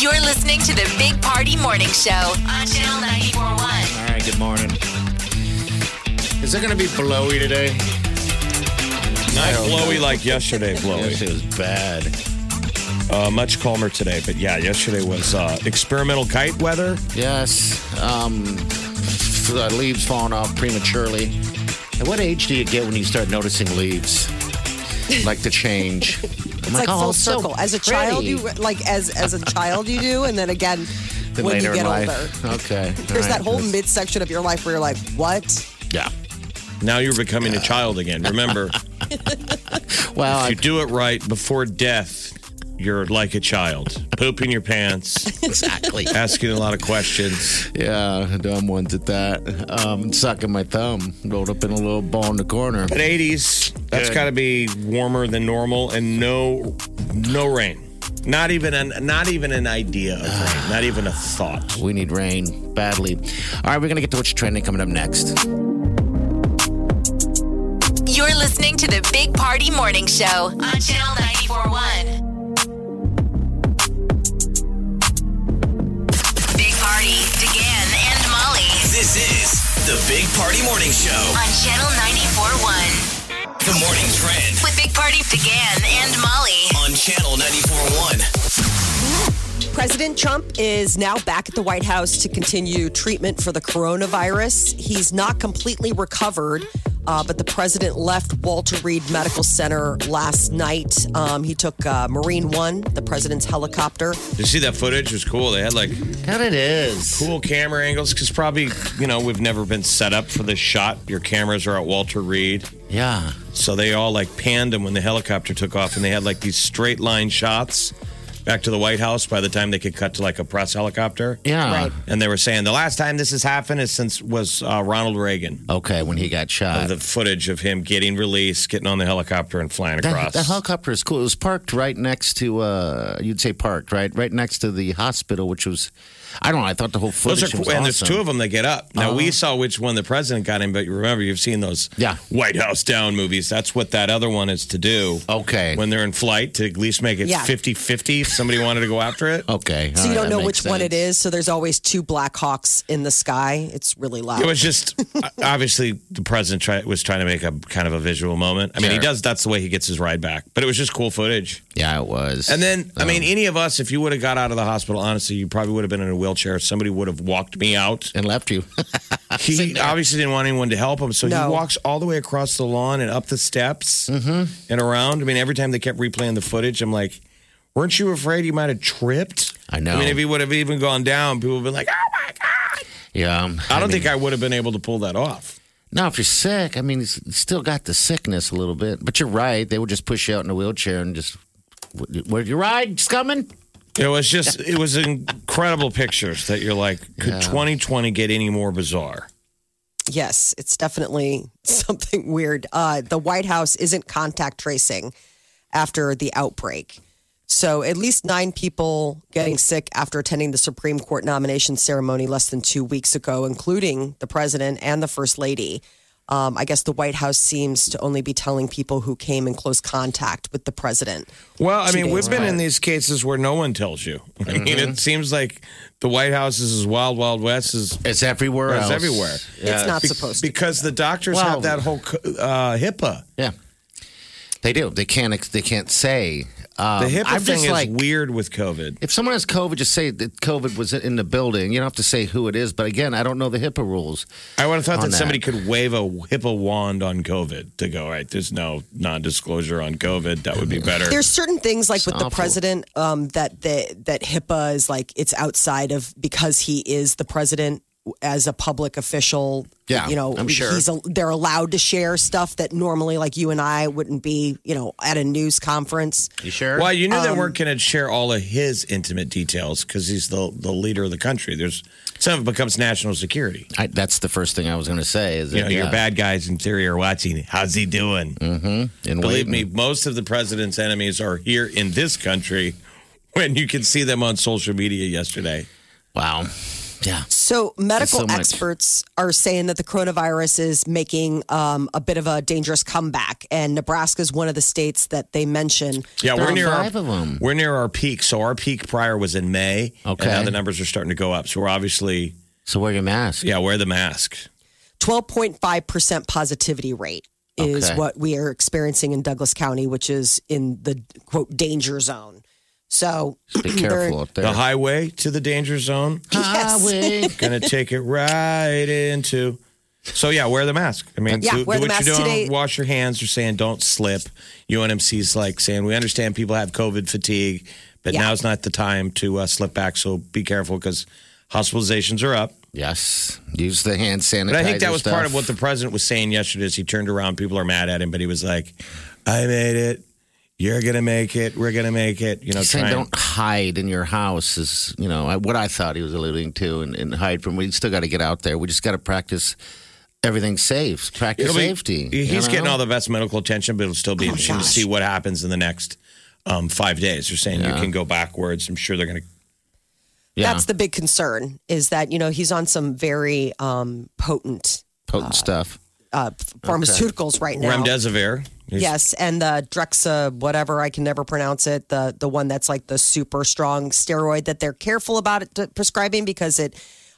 You're listening to the Big Party Morning Show on Channel 941. All right, good morning. Is it going to be blowy today? Not blowy like yesterday, blowy. Yes, it was bad. Uh, much calmer today, but yeah, yesterday was uh, experimental kite weather. Yes. Um, f- uh, leaves falling off prematurely. At what age do you get when you start noticing leaves? Like the change. I'm It's like "Oh, full it's so circle. as a child, pretty." you like as as a child you do, and then again Then when later you get in life. older, Okay. all there's right, that whole that's- midsection of your life where you're like, what? Yeah. Now you're becoming a child again. Remember, Well, if you I, do it right before death, you're like a child, pooping your pants, exactly. asking a lot of questions. yeah, dumb ones at that. Um, sucking my thumb, rolled up in a little ball in the corner. But 80s, that's Good. got to be warmer than normal, and no, no rain. Not even an, not even an idea of rain. Not even a thought. We need rain badly. All right, we're going to get to what's trending coming up next. You're listening to the Big Party Morning Show on Channel 941. Big Party, DeGan and Molly This is the Big Party Morning Show. on Channel 941 The morning trend with Big Party, DeGan and Molly. on Channel 94.1. President Trump is now back at the White House to continue treatment for the coronavirus. He's not completely recovered, uh, but the president left Walter Reed Medical Center last night. Um, he took uh, Marine One, the president's helicopter. You see that footage? It was cool. They had like And it is. cool camera angles because probably you know we've never been set up for this shot. Your cameras are at Walter Reed. Yeah. So they all like panned him when the helicopter took off, and they had like these straight line shots back to the White House by the time they could cut to like a press helicopter. Yeah. Right. And they were saying the last time this has happened is since was uh, Ronald Reagan. Okay, when he got shot. The footage of him getting released, getting on the helicopter, and flying that, across. that helicopter is cool. It was parked right next to, uh, you'd say parked, right? Right next to the hospital, which was, I don't know, I thought the whole footage Those are was cool. and there's awesome. Uh-huh. two of them that get up. Now we saw which one the president got in, but you remember you've seen those Yeah. White House down movies. That's what that other one is to do. Okay. When they're in flight to at least make it Yeah. 50-50 if somebody wanted to go after it. Okay. So all you right, don't Oh, that know which makes one it sense. is. So there's always two Black Hawks in the sky. It's really loud. It was just obviously the president try, was trying to make a kind of a visual moment. I mean, he Sure. does. That's the way he gets his ride back. But it was just cool footage. Yeah, it was. And then, I mean, any of us, if you would have got out of the hospital, honestly, you probably would have been in a wheelchair. Somebody would have walked me out. and left you. He obviously didn't want anyone to help him, so No. he walks all the way across the lawn and up the steps Mm-hmm. and around. I mean, every time they kept replaying the footage, I'm like, "Weren't you afraid you might have tripped?" I know. I mean, if he would have even gone down, people would have been like, "Oh my god!" yeah. um, I, I don't mean, think I would have been able to pull that off. Now, if you're sick, I mean, it's- you still got the sickness a little bit, but you're right. They would just push you out in a wheelchair and just, where your ride's coming? It was just, it was incredible pictures that you're like, could 2020 get any more bizarre? Yes, it's definitely something weird. Uh, the White House isn't contact tracing after the outbreak. So, at least nine people getting sick after attending the Supreme Court nomination ceremony less than two weeks ago, including the president and the first lady. Um, I guess the White House seems to only be telling people who came in close contact with the president. Well, I mean, we've been in these cases where no one tells you. I mean, Mm-hmm. it seems like the White House is as wild, wild west as It's everywhere It's else. everywhere. It's not supposed to. because the doctors have Well- that whole uh, HIPAA. Yeah, they do. They can't. They can't say. Um, The HIPAA I'm thing just is like, weird with COVID. If someone has COVID, just say that COVID was in the building. You don't have to say who it is. But again, I don't know the HIPAA rules. I would have thought On that, somebody that. could wave a HIPAA wand on COVID to go, "All right, there's no non-disclosure on COVID. That would be better. There's certain things like with the awful. president um, that the, that HIPAA is like it's outside of because he is the president. as a public official. Yeah, you know, I'm sure. he's a, they're allowed to share stuff that normally, like you and I, wouldn't be. You know, at a news conference. You sure? Well, you knew they weren't going to share all of his intimate details because he's the the leader of the country. There's some of it becomes national security. I, that's the first thing I was going to say. Is You that, know, your yeah, bad guys in theory are watching. How's he doing? and Believe waiting. me, most of the president's enemies are here in this country. When you can see them on social media yesterday, Wow. Yeah. So medical so much. experts are saying that the coronavirus is making um, a bit of a dangerous comeback, and Nebraska is one of the states that they mention. yeah, There we're are near five our, of 'em. We're near our peak. So our peak prior was in May. Okay. and now the numbers are starting to go up. So we're obviously So wear your mask. yeah, wear the mask. 12.5% positivity rate is Okay. what we are experiencing in Douglas County, which is in the quote danger zone. So Be careful up there. The highway to the danger zone. Highway. gonna take it right into. So yeah, wear the mask. I mean, Yeah, do, wear do the what mask you're doing. today. Wash your hands. You're saying don't slip. UNMC's like saying we understand people have COVID fatigue, but Yeah. now's not the time to uh, slip back. So be careful because hospitalizations are up. Yes. Use the hand sanitizer. But I think that was part stuff. of what the president was saying yesterday. As he turned around, people are mad at him, but he was like, "I made it. You're gonna make it. We're gonna make it." You know, He's saying trying- don't hide in your house is you know I- what I thought he was alluding to and, and hide from. We still got to get out there. We just got to practice everything safe. Practice It'll be- safety. you He's know? getting all the best medical attention, but it'll still be interesting to Oh, gosh. see what happens in the next um, five days. They're saying you can go backwards. I'm sure they're going to. yeah, that's the big concern is that, you know, he's on some very um, potent potent stuff. uh, pharmaceuticals right now. Remdesivir. He's- Yes, and the Drexa, whatever I can never pronounce it, the the one that's like the super strong steroid that they're careful about it prescribing because it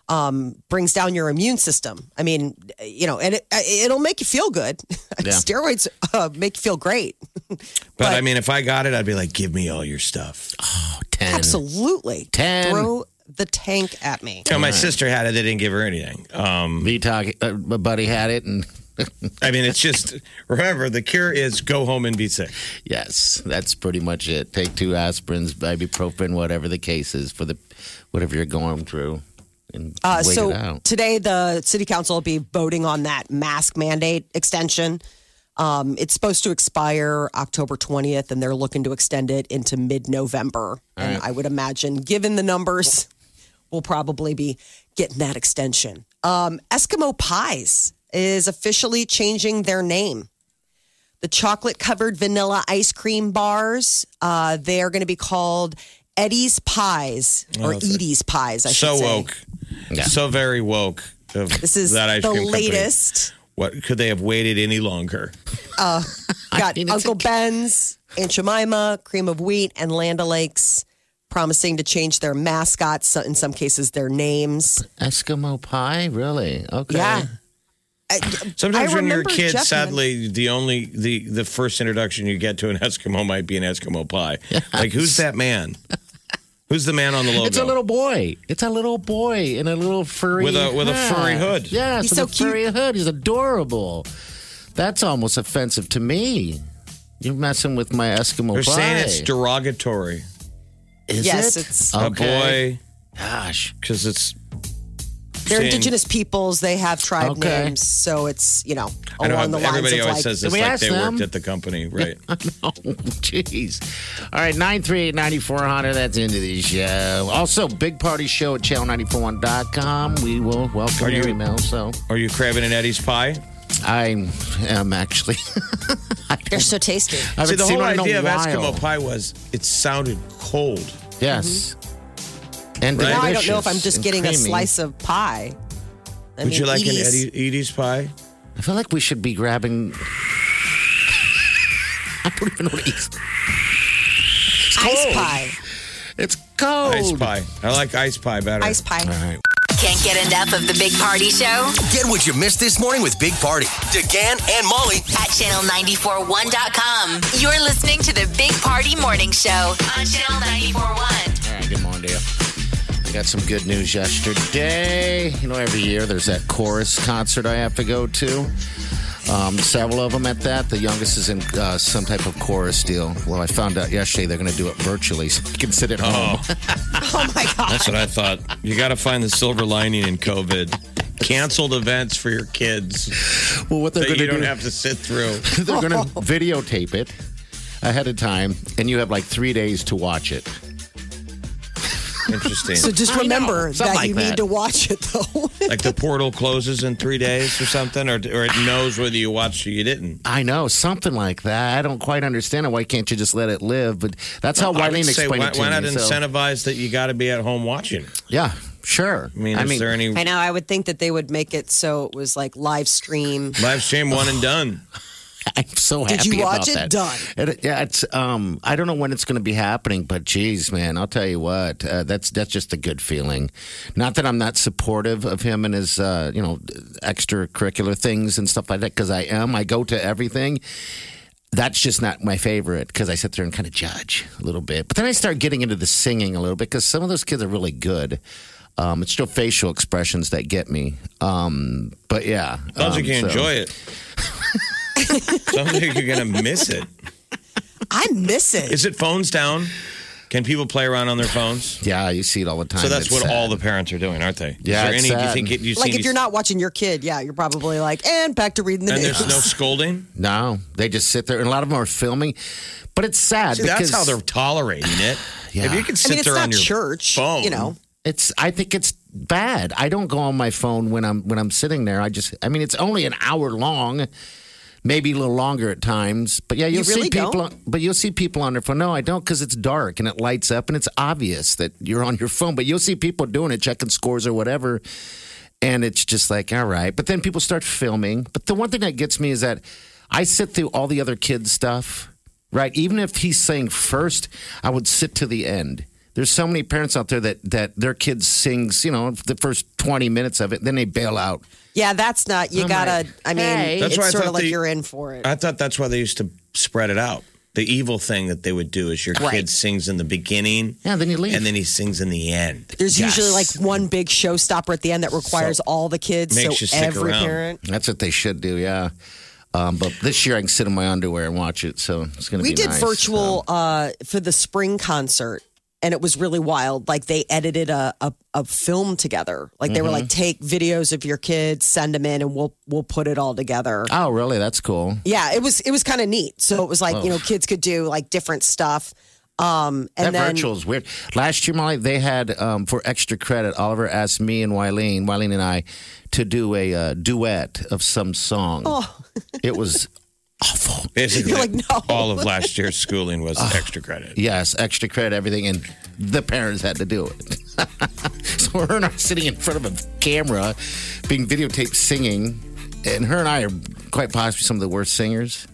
um, brings down your immune system. I mean, you know, and it uh, it'll make you feel good. Yeah. Steroids uh, make you feel great. But I mean, if I got it, I'd be like, give me all your stuff. Oh, ten. Absolutely, Ten. throw the tank at me. You know, my sister had it. They didn't give her anything. Um, Vtog, uh, my buddy had it, and I mean, it's just, remember, the cure is go home and be sick. yes, that's pretty much it. Take two aspirins, ibuprofen, whatever the case is for the whatever you're going through, and Uh, wait so it out. today, the city council will be voting on that mask mandate extension. Um, it's supposed to expire October 20th, and they're looking to extend it into mid November. And I would imagine, given the numbers, we'll probably be getting that extension. Um, Eskimo Pies is officially changing their name. The chocolate covered vanilla ice cream bars, uh, they are going to be called Eddie's Pies Oh, or Edie's Pies, I should So say. woke. So very woke. Of This is that ice the cream company. latest. What could they have waited any longer? Got mean, it's Uncle a- Ben's, Aunt Jemima, Cream of Wheat, and Land O'Lakes promising to change their mascots, so- in some cases, their names. Eskimo pie, really? Okay. Yeah. I, Sometimes I when you're a remember kid, Jeff sadly, the only the the first introduction you get to an Eskimo might be an Eskimo pie. Like who's that man? Who's the man on the logo? It's a little boy. It's a little boy in a little furry With a- with a hat. furry hood. Yes, He's with so a furry hood. He's adorable. That's almost offensive to me. You're messing with my Eskimo They're pie. saying it's derogatory. Is Yes, it? it's- A Okay. boy, Gosh. because it's. they're saying- indigenous peoples. They have tribe Okay. names. So it's, you know, I along know the lines everybody of always like, says Did this we like ask they worked them? at the company, right? Oh, jeez. All right, 938 9400. That's into the show. Also, big party show at channel941.com. We will welcome Are your you- email. So Are you craving an Eddie's pie? I am actually. they're so tasty. I haven't See, the seen whole one in a idea of while. Eskimo pie was it sounded cold. Yes. And Right. Mm-hmm. Now I don't delicious know if I'm just and getting a creamy. slice of pie. I Would mean, you like Edie's- an Eddie, Edie's pie? I feel like we should be grabbing. I don't even know what it is. It's Ice cold. pie. It's cold. Ice pie. I like ice pie better. Ice pie. All right. Can't get enough of the Big Party Show Get what you missed this morning with Big Party, DeGan and Molly at channel941.com. You're listening to the Big Party Morning Show on channel 941. All right. Good morning to you. I got some good news yesterday. You know, every year there's that chorus concert I have to go to. Um, several of them at that. The youngest is in uh, some type of chorus deal. Well, I found out yesterday they're going to do it virtually, so you can sit at home. Oh my God. That's what I thought. You got to find the silver lining in COVID. Canceled events for your kids Well, what they're that going to you do? don't have to sit through. they're going to videotape it ahead of time, and you have like three days to watch it. Interesting. So just I know, remember something that like you that. need to watch it though. like the portal closes in three days or something, or, or it knows whether you watched or you didn't. I know something like that. I don't quite understand it. Why can't you just let it live? But that's how I Wileen would say, explained why, it to why not me. so- incentivize that you got to be at home watching? it? Yeah, sure. I mean, is there any I know. I would think that they would make it so it was like live stream. live stream one and done? I'm so happy Did you about watch it? that. Done. It- yeah, it's. Um, I don't know when it's going to be happening, but geez, man, I'll tell you what. Uh, that's that's just a good feeling. Not that I'm not supportive of him and his, uh, you know, extracurricular things and stuff like that, because I am. I go to everything. That's just not my favorite because I sit there and kind of judge a little bit. But then I start getting into the singing a little bit because some of those kids are really good. Um, it's still facial expressions that get me. Um, but yeah. Sounds um, like you so- enjoy it. Sounds like you're gonna miss it. I miss it. Is it phones down? Can people play around on their phones? Yeah, you see it all the time. So that's It's what sad. all the parents are doing, aren't they? Yeah, Is it's there any? Do you sad. think it, you've Like seen if you're these- not watching your kid, yeah, you're probably like, and back to reading the and news. there's no scolding. No, they just sit there, and a lot of them are filming. But it's sad See, because that's how they're tolerating it. Yeah. If you can I sit mean, it's there not on your church, phone, you know. it's. I think it's bad. I don't go on my phone when I'm when I'm sitting there. I just. I mean, it's only an hour long, maybe a little longer at times. But yeah, you'll see really people. don't? on- But you'll see people on their phone. No, I don't, because it's dark and it lights up, and it's obvious that you're on your phone. But you'll see people doing it, checking scores or whatever. And it's just like, all right. But then people start filming. But the one thing that gets me is that I sit through all the other kids' stuff, right? Even if he's saying first, I would sit to the end. There's so many parents out there that that their kids sings, you know, the first 20 minutes of it, then they bail out. Yeah, that's not. You I'm gotta. like, I mean, Oh hey. That's why I it's sort of thought like the- Uh, you're in for it. I thought that's why they used to spread it out. The evil thing that they would do is your kid sings in the beginning, Yeah, then you leave. and then he sings in the end. There's usually like one big showstopper at the end that requires all the kids. So Makes you stick every around. parent. That's what they should do, yeah. Um, but this year I can sit in my underwear and watch it, so it's gonna We be did nice. virtual uh, for the spring concert, and it was really wild. Like they edited a a, a film together. Like they were Mm-hmm. like, take videos of your kids, send them in, and we'll we'll put it all together. Oh, really? That's cool. yeah, it was it was kind of neat. So it was like you know kids could do like different stuff. Um, and Oh. That then virtual is weird. Last year, Molly, they had um, for extra credit. Oliver asked me and Wileen, Wileen and I, to do a uh, duet of some song. Oh. it was awful. Basically, You're like, no. all of last year's schooling was extra credit. Yes, extra credit, everything, and the parents had to do it. so her and I are sitting in front of a camera, being videotaped singing, and her and I are quite possibly some of the worst singers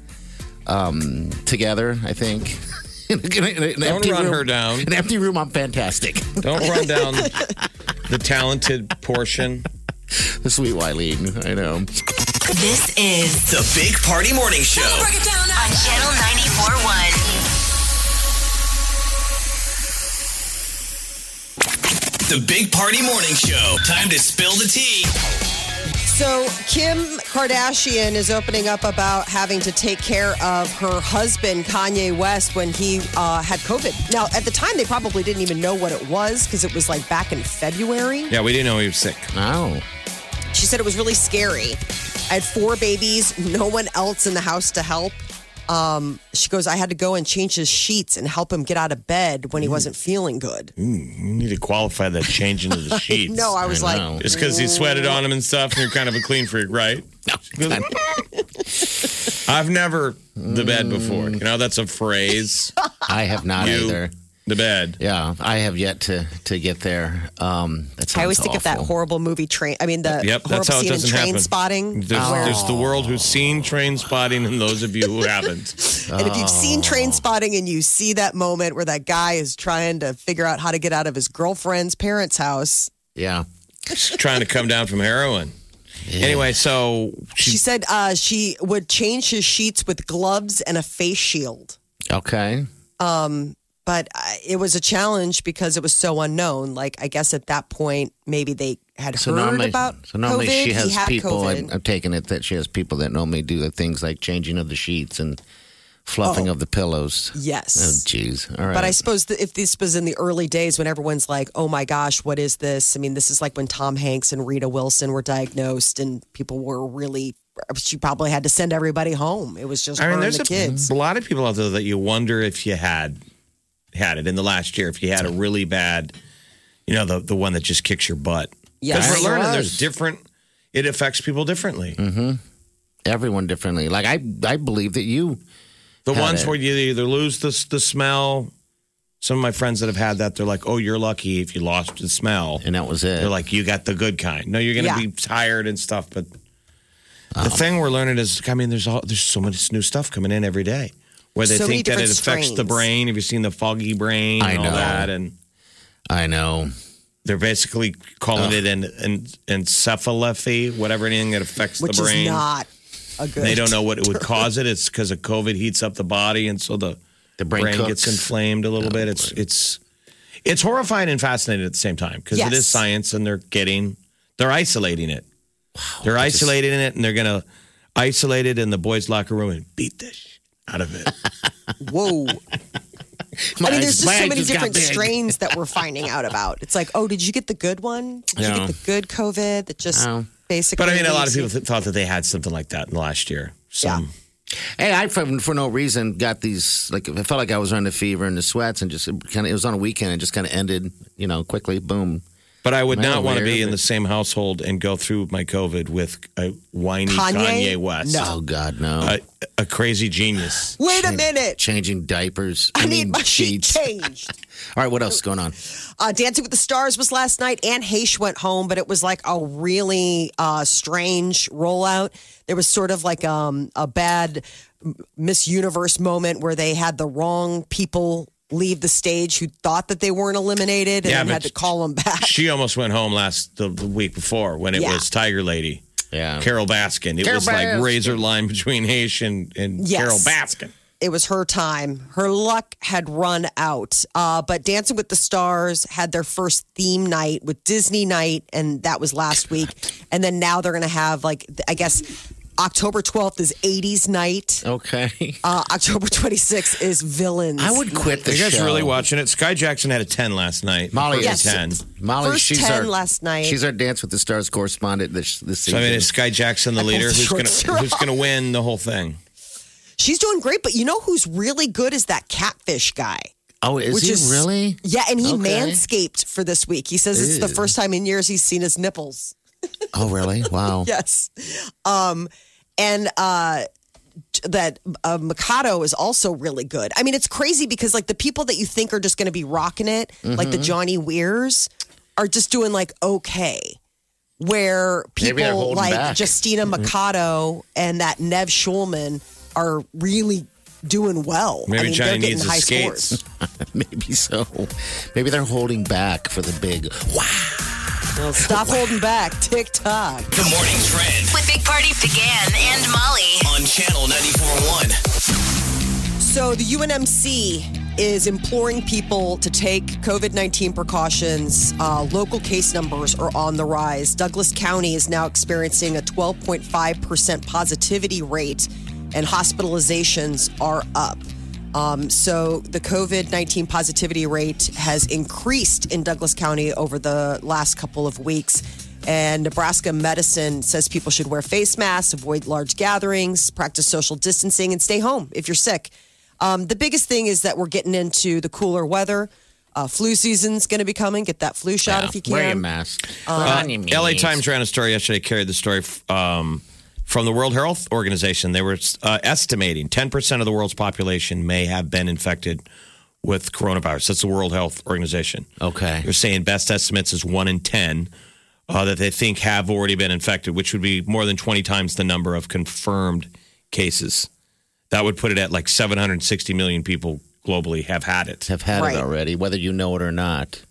um, together. I think. In a- in a- in an Don't empty run room- her down. An empty room, I'm fantastic. Don't run down the talented portion. The sweet Wileen, I know. This is The Big Party Morning Show. on Channel 94.1. The Big Party Morning Show. Time to spill the tea. So Kim Kardashian is opening up about having to take care of her husband Kanye West when he uh, had COVID. Now, at the time, they probably didn't even know what it was because it was like back in February. Yeah, we didn't know he was sick. Oh, She said it was really scary. I had four babies, no one else in the house to help. Um, she goes, I had to go and change his sheets and help him get out of bed Mm. when he wasn't feeling good. You need to qualify that change into the sheets. No, I was I like, know. It's because he sweated on him and stuff, and you're kind of a clean freak, right? I've never the bed before. You know, that's a phrase. I have not You, either. the bed. Yeah, I have yet to to get there. Um, that I sounds always think of that awful. horrible movie train. I mean, the Yep, horrible that's how it scene in doesn't train happen. spotting. There's, there's the world who's seen train spotting and those of you who haven't. And if you've seen train Oh. spotting and you see that moment where that guy is trying to figure out how to get out of his girlfriend's parents' house, Yeah, Just trying to come down from heroin. Anyway, so she she, said uh, she would change his sheets with gloves and a face shield. okay. But uh, it was a challenge because it was so unknown. Like, I guess at that point, maybe they had So heard normally, about so normally COVID. she He has had people. uh, COVID. I've, I've taken it that she has people that normally do the things like changing of the sheets and fluffing of the pillows. Yes. Oh, jeez. All right. Oh. But I suppose that if this was in the early days when everyone's like, oh my gosh, what is this? I mean, this is like when Tom Hanks and Rita Wilson were diagnosed and people were really, uh, she probably had to send everybody home. It was just I her mean, and there's the a, kids. a lot of people out there that you wonder if you had had it in the last year, if you had a really bad, you know, the the one that just kicks your butt. Yes. Because we're learning Sure. there's different. It affects people differently. Mm. Everyone differently. Like I, I believe that you. The Had ones it. where you either lose the the smell. Some of my friends that have had that, they're like, "Oh, you're lucky if you lost the smell." And that was it. They're like, you got the good kind. No, you're going to Yeah. be tired and stuff. But Um, the thing we're learning is, I mean, there's all there's so much new stuff coming in every day. Where they So many think that it different affects the strains. brain. Have you seen the foggy brain I and all know. that? And I know. they're basically calling it an, an encephalopathy, whatever anything that affects which the brain. is not a good. they don't know what it would cause it. It's because of COVID heats up the body, and so the The brain gets cooks. inflamed a little bit. It's it's it's horrifying and fascinating at the same time because it is Yes. science, and they're getting they're isolating it. they're isolating it, and they're gonna isolate it in the boys' locker room and beat the shit out of it. Whoa. I mean, there's just so many different strains. strains that we're finding out about. It's like, oh, did you get the good one? Did Yeah. you get the good COVID that just Oh. basically. but I mean, a lot of leaves you- people th- thought that they had something like that in the last year. Some, Hey, I for, for no reason got these. Like I felt like I was running a fever and the sweats, and just kind of it was on a weekend and just kind of ended. You know, quickly. Boom. But I would Isn't that not want to weird? be in the same household and go through my COVID with a whiny Kanye? Kanye, West. No. Oh God, no. A, a crazy genius. Wait a minute. Changing diapers. I need my sheet sheets. changed. All right, what else is going on? Uh, Dancing with the Stars was last night. Anne Heche went home, but it was like a really uh, strange rollout. There was sort of like um, a bad M- Miss Universe moment where they had the wrong people leave the stage who thought that they weren't eliminated and Yeah, then but had to call them back. She almost went home last the, the week before when it Yeah. was Tiger Lady. Yeah. Carol Baskin. It Carol was like razor line between Hayes and, and Yes. Carol Baskin. it was her time. Her luck had run out. Uh, but Dancing with the Stars had their first theme night with Disney night, and that was last week. And then now they're going to have, like, I guess October 12th is 80s night. Okay. Uh, October 26th is Villains. I would quit Are the you guys show. really watching it? Sky Jackson had a 10 last night. Molly Her Yes. first 10. Molly, First she's 10 our, last night. She's our Dance with the Stars correspondent this, this So, season. I mean, is Sky Jackson the leader? the Who's going shorts to are who's going to win the whole thing? She's doing great, but you know who's really good is that catfish guy. oh, is Which he is really? Yeah, and he Okay. manscaped for this week. He says it's the Ew. first time in years he's seen his nipples. Oh, really? Wow. yes. Um, and uh, that uh, Mikado is also really good. I mean, it's crazy because like the people that you think are just going to be rocking it, like Mm-hmm. the Johnny Weirs, are just doing like okay. Where Maybe they're people holding like back. Mm-hmm. Justina Mikado and that Nev Schulman are really doing well. I Maybe mean, Johnny they're getting needs high his skates. scores. Maybe so. Maybe they're holding back for the big. Wow. Well, stop holding back. Tick tock. The morning trend With Big Party began and Molly. on channel 941. So the UNMC is imploring people to take COVID 19 precautions. Uh, local case numbers are on the rise. Douglas County is now experiencing a 12.5% positivity rate, and hospitalizations are up. Um, so the COVID 19 positivity rate has increased in Douglas County over the last couple of weeks. And Nebraska medicine says people should wear face masks, avoid large gatherings, practice social distancing, and stay home if you're sick. Um, the biggest thing is that we're getting into the cooler weather. Uh, flu season's going to be coming. Get that flu shot if you can. Wear your mask. Uh, LA Times ran a story yesterday, carried the story f- um, from the World Health Organization. They were uh, estimating 10% of the world's population may have been infected with coronavirus. That's the World Health Organization. Okay. They're saying best estimates is 1 in 10 uh, that they think have already been infected, which would be more than 20 times the number of confirmed cases. That would put it at like 760 million people globally have had it. Have had Right. it already, whether you know it or not.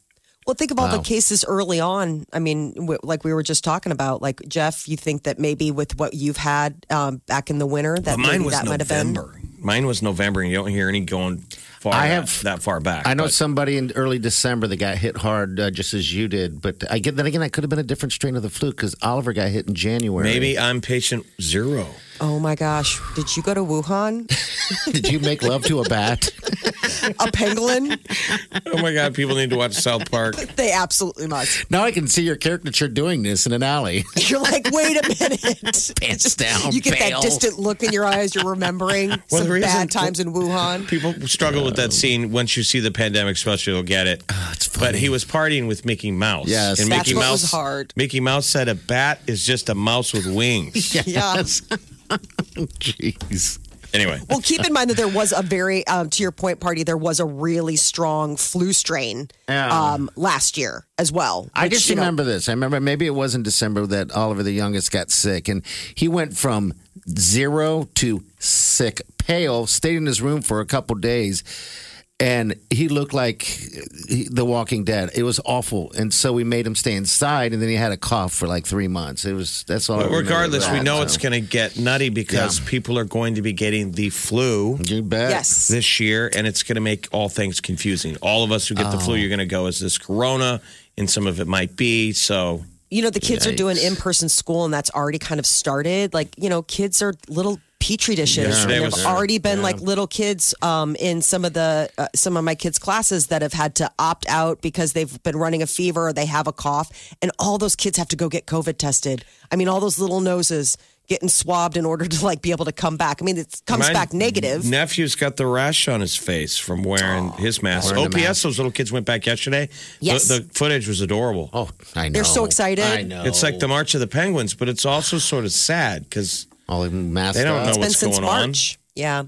Well, think of all the Wow. cases early on. I mean, w- like we were just talking about, like Jeff, you think that maybe with what you've had um, back in the winter, that Mine maybe was that might have been. November. Mine was November, and you don't hear any going far. I that- have- that, far back. I know but somebody in early December that got hit hard, uh, just as you did. But I get then again, that could have been a different strain of the flu because Oliver got hit in January. maybe I'm patient zero. Oh my gosh. Did you go to Wuhan? did you make love to a bat? A pangolin? Oh my god, people need to watch South Park. they absolutely must. now I can see your caricature doing this in an alley, You're like, wait a minute. pants down. You get bail. that distant look in your eyes. You're remembering Well, some the reason- bad times in Wuhan. People struggle with that scene. Once you see the pandemic special, you'll get it. Uh, Ah, It's But funny. he was partying with Mickey Mouse. Yes. and That's Mickey what Mouse was hard. Mickey Mouse said a bat is just a mouse with wings. Yeah. Jeez. Anyway, Well, keep in mind that there was a very, um, to your point, party. There was a really strong flu strain Yeah. um, last year as well. I which, just you know, remember this. I remember maybe it was in December that Oliver the youngest got sick, and he went from zero to sick, pale, stayed in his room for a couple days, and he looked like he- The Walking Dead. It was awful, and so we made him stay inside, and then he had a cough for like three months. It was that's all. I but remember regardless, we about know it, it's so. going to get nutty because people are going to be getting the flu. You bet. Yes. this year, and it's going to make all things confusing. All of us who get the Oh. flu, you're going to go, is this corona? And some of it might be. So, you know, the kids are doing Yikes. in person school and that's already kind of started. Like, you know, kids are little petri dishes. Yeah. and Yesterday there've was- already been like little kids um, in some of the uh, some of my kids' classes that have had to opt out because they've been running a fever or they have a cough, and all those kids have to go get COVID tested. I mean, all those little noses getting swabbed in order to like be able to come back. I mean, it comes my back negative. Nephew's got the rash on his face from wearing his mask. Wearing OPS, the mask. those little kids went back yesterday. The- Yes. The, footage was adorable. Oh, I know. They're so excited. I know. It's like the March of the Penguins, but it's also sort of sad because all masked They don't up. know It's been what's since going on. March. Yeah.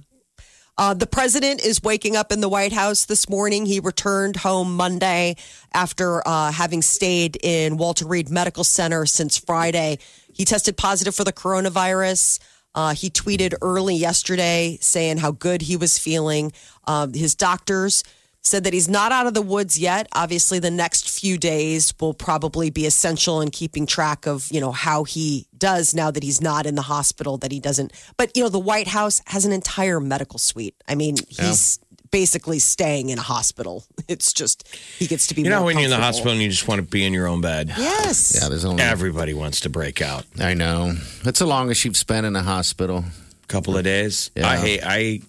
Uh, the president is waking up in the White House this morning. He returned home Monday after uh, having stayed in Walter Reed Medical Center since Friday. He tested positive for the coronavirus. Uh, he tweeted early yesterday saying how good he was feeling. Um, his doctors said that he's not out of the woods yet. Obviously, the next few days will probably be essential in keeping track of, you know, how he does now that he's not in the hospital, that he doesn't. But, you know, the White House has an entire medical suite. I mean, he's basically staying in a hospital. It's just, he gets to be You know, more when you're in the hospital comfortable. and you just want to be in your own bed, Yes. Yeah, there's only. everybody wants to break out. I know. That's the longest you've spent in a hospital. couple of days. Yeah. I hate, I,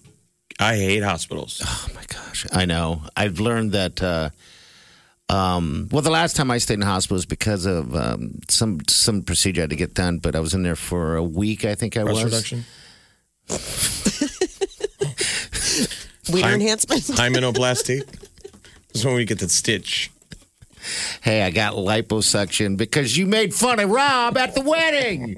I hate hospitals. Oh my gosh, I know. I've learned that. Uh, um, well, the last time I stayed in the hospital was because of um, some some procedure I had to get done, but I was in there for a week. I think I was. Breast reduction, Wiener I'm- enhancement. hymenoplasty. This is when we get the stitch. Hey, I got liposuction because you made fun of Rob at the wedding.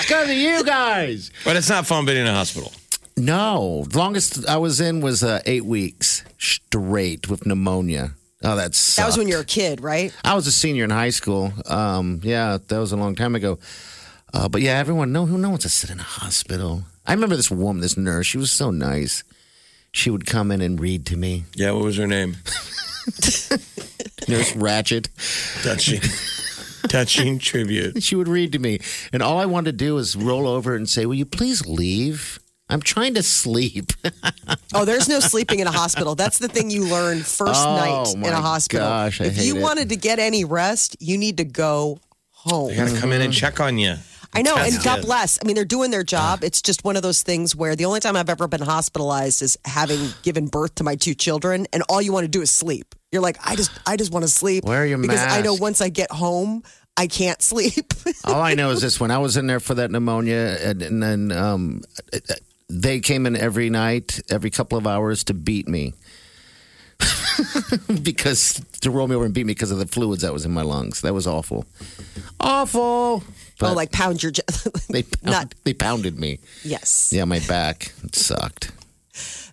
because of you guys. But it's not fun being in a hospital. No, the longest I was in was uh, eight weeks straight with pneumonia. Oh, that's That was when you were a kid, right? I was a senior in high school. Um, yeah, that was a long time ago. Uh, but yeah, everyone no who no wants to sit in a hospital. I remember this woman, this nurse. She was so nice. She would come in and read to me. Yeah, what was her name? Nurse Ratchet. Touching. Touching tribute. She would read to me, and all I wanted to do is roll over and say, "Will you please leave? I'm trying to sleep." Oh, there's no sleeping in a hospital. That's the thing you learn first Oh, night in my a hospital. gosh, I if you hate it. wanted to get any rest, you need to go home. They gotta come in and check on you. I know, and Test God you. bless. I mean, they're doing their job. It's just one of those things where the only time I've ever been hospitalized is having given birth to my two children, and all you want to do is sleep. You're like, I just, I just want to sleep. Wear your because I know mask. once I get home, I can't sleep. All I know is this: when I was in there for that pneumonia, and, and then um, they came in every night, every couple of hours to beat me because to roll me over and beat me because of the fluids that was in my lungs. That was awful, awful. oh, But like pound your, j- they pound, not they pounded me. yes. Yeah, my back it sucked.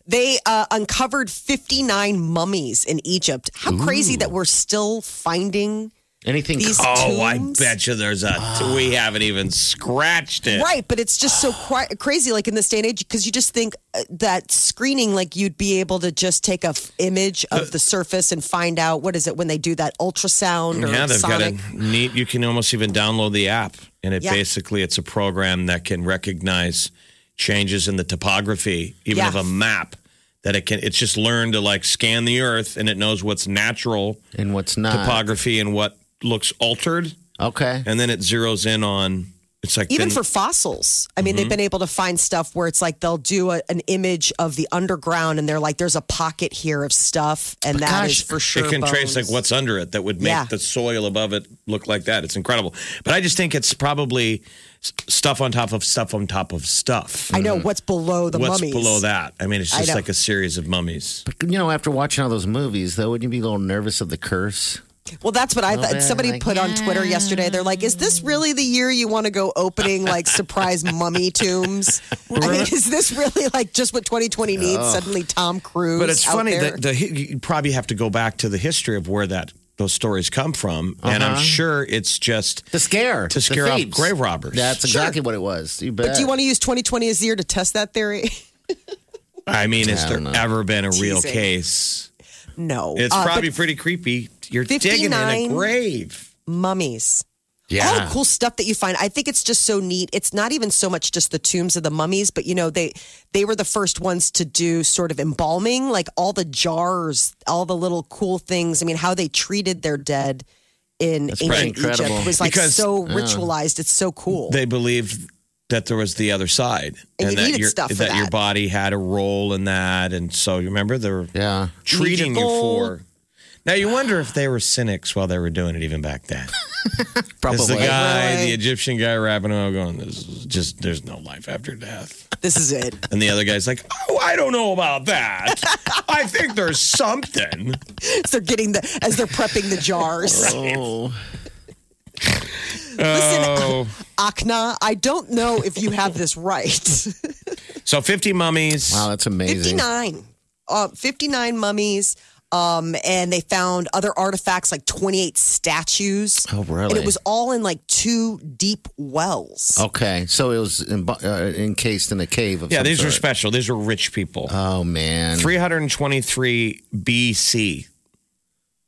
They uh, uncovered 59 mummies in Egypt. How crazy that we're still finding. Anything? These- Oh, I Tombs? Ah. bet you there's a. We haven't even scratched it. Right, but it's just so cri- crazy, like in this day and age, because you just think uh, that screening, like you'd be able to just take a f- image of the surface and find out what is it when they do that ultrasound or Yeah, they've sonic. got a neat. You can almost even download the app, and it Yeah. basically it's a program that can recognize changes in the topography, even Yeah. of a map that it can. It's just learned to like scan the Earth, and it knows what's natural and what's Uh, not. topography and what looks altered, Okay. and then it zeroes in on. It's like Even then- for fossils, I mean, Mm-hmm. they've been able to find stuff where it's like they'll do a, an image of the underground, and they're like, "There's a pocket here of stuff," and that is Gosh, for sure. it can trace like bones. what's under it that would make Yeah. the soil above it look like that. It's incredible. But I just think it's probably s- stuff on top of stuff on top of stuff. I know what's below the Mm. What's mummies. below that? I mean, it's I just know. like a series of mummies. You know, after watching all those movies, though, wouldn't you be a little nervous of the curse? Well, that's what I bit, thought. Somebody like, put on Twitter yesterday. They're like, "Is this really the year you want to go opening like surprise mummy tombs? I mean, is this really like just what 2020 needs? Suddenly, Tom Cruise. But it's out funny there? that the you probably have to go back to the history of where that those stories come from, and I'm Uh-huh. sure it's just The scare. To the scare off thieves. grave robbers. That's exactly what it was. You bet. but do you want to use 2020 as the year to test that theory? I mean, has I there don't know. ever been a real Teasing. case? no, It's Uh, but probably pretty creepy. You're digging in a 59 grave. mummies. yeah. all the Oh, cool stuff that you find. I think it's just so neat. It's not even so much just the tombs of the mummies, but you know they they were the first ones to do sort of embalming, like all the jars, all the little cool things. I mean, how they treated their dead in pretty ancient incredible. Egypt was like Because- so ritualized. It's so cool. They believed that there was the other side, And you that needed your stuff for that your that. body had a role in that. And so you remember they were Yeah. treating you gold. for. Now you wonder if they were cynics while they were doing it, even back then. Probably. Is the guy, the Egyptian guy, rapping out, going, "This is just there's no life after death," this is it. and the other guy's like, "Oh, I don't know about that. I think there's something." As they're getting the as they're prepping the jars. Oh. Oh, Akna, I don't know if you have this right. so 50 mummies. Wow, that's amazing. 59 uh, 59 mummies um, and they found other artifacts like 28 statues Oh, really? and it was all in like two deep Oh, wells Okay, so it was in, uh, encased in a cave of Yeah, some these are sort. special. These are rich people. Oh man, 323 BC.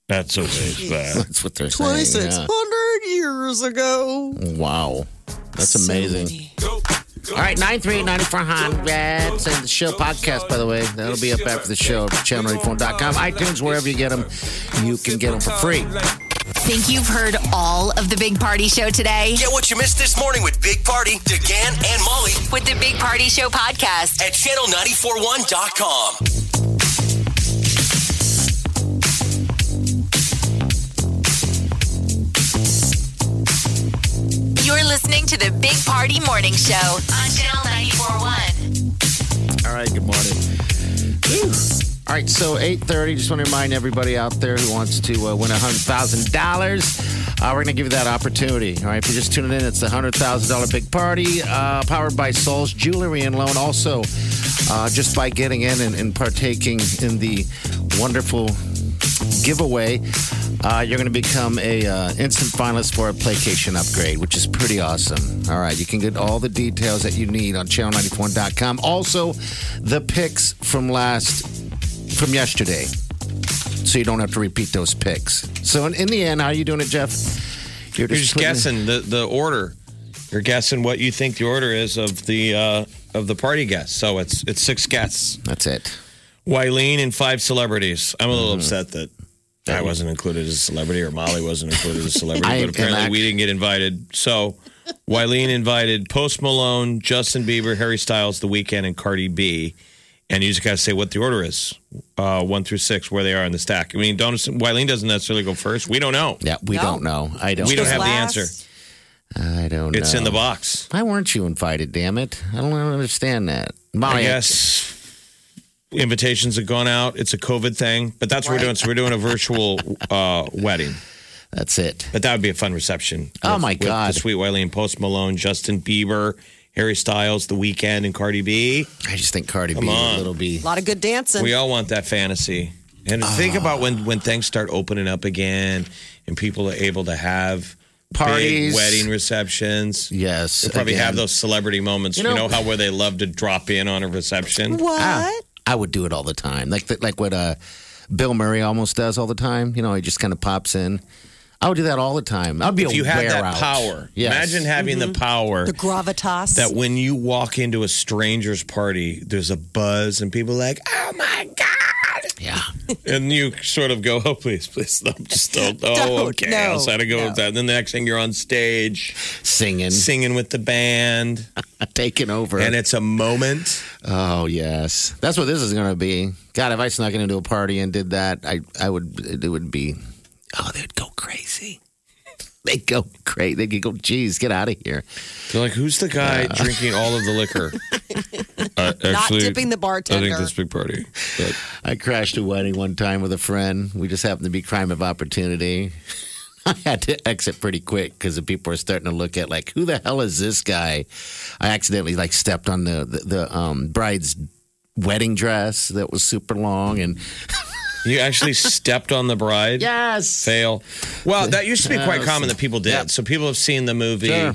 That's a ways back. That's what they're saying. 2600 yeah. years ago Wow, that's amazing. All right, nine three ninety four hundred. And the show podcast, by the way, that'll be up after the show. Channel84.com, iTunes, wherever you get them, you can get them for free. Think you've heard all of the Big Party Show today? Get what you missed this morning with Big Party, DeGan, and Molly With the Big Party Show podcast. at channel941.com. You're listening to the Big Party Morning Show on Channel 941. All right, good morning. Whew. All right, so 8.30, just want to remind everybody out there who wants to uh, win $100,000, uh, we're going to give you that opportunity. All right, if you're just tuning in, it's the $100,000 Big Party, uh, powered by Soul's Jewelry and Loan. Also, uh, just by getting in and, and partaking in the wonderful giveaway. Uh, you're going to become a uh, instant finalist for a Playcation upgrade, which is pretty awesome. All right, you can get all the details that you need on channel94.com. Also, the picks from last from yesterday, so you don't have to repeat those picks. So in, in the end, how are you doing it, Jeff? You're just putting- guessing the, the order. You're guessing what you think the order is of the uh, of the party guests. So it's it's six guests. That's it. Wileen and five celebrities. I'm a little Mm-hmm. upset that I wasn't included as a celebrity or Molly wasn't included as a celebrity, I- but apparently and I- we didn't get invited. So Wileen invited Post Malone, Justin Bieber, Harry Styles, The Weeknd, and Cardi B. And you just got to say what the order is, uh, one through six, where they are in the stack. I mean, don't assume, Wileen doesn't necessarily go first. We don't know. Yeah, we No. don't know. I don't. We don't Just have the last. answer. I don't. It's know. in the box. Why weren't you invited? Damn it! I don't understand that. I Molly, guess invitations have gone out. It's a COVID thing, but that's what we're doing. So we're doing a virtual uh, wedding. That's it. But that would be a fun reception. Oh, my the God. Sweet Wileen, Post Malone, Justin Bieber, Harry Styles, The Weeknd, and Cardi B. I just think Cardi B, is a on. little B. a lot of good dancing We all want that fantasy. And think about when when things start opening up again, and people are able to have Parties. big wedding receptions. Yes. They'll probably again. have those celebrity moments. You You know, know- how where they love to drop in on a reception. what Ah, I would do it all the time. Like the, like what uh, Bill Murray almost does all the time. You know, he just kind of pops in. I would do that all the time. I'd be If a you had that wear-out. power, Yes. Mm-hmm. imagine having the power The gravitas. that when you walk into a stranger's party, there's a buzz and people are like, oh my God. Yeah. And you sort of go, oh, please, please, no, just don't. Oh, Don't, okay. no, I also had to go no. with that. And then the next thing you're on stage Singing, singing with the band, taking over. and it's a moment. oh, yes. That's what this is going to be. God, if I snuck into a party and did that, I, I would, it would be, oh, they'd go crazy. They'd go crazy. They'd go, geez, get out of here. They're like, who's the guy drinking all of the liquor? uh, actually, tipping the bartender. I think this big party. But I crashed a wedding one time with a friend. We just happened to be crime of opportunity. I had to exit pretty quick because the people were starting to look at like, who the hell is this guy? I accidentally like stepped on the the, the um, bride's wedding dress that was super long and you actually stepped on the bride? yes, Fail. Well, that used to be quite Yeah, common that people did. So people have seen the movie Sure.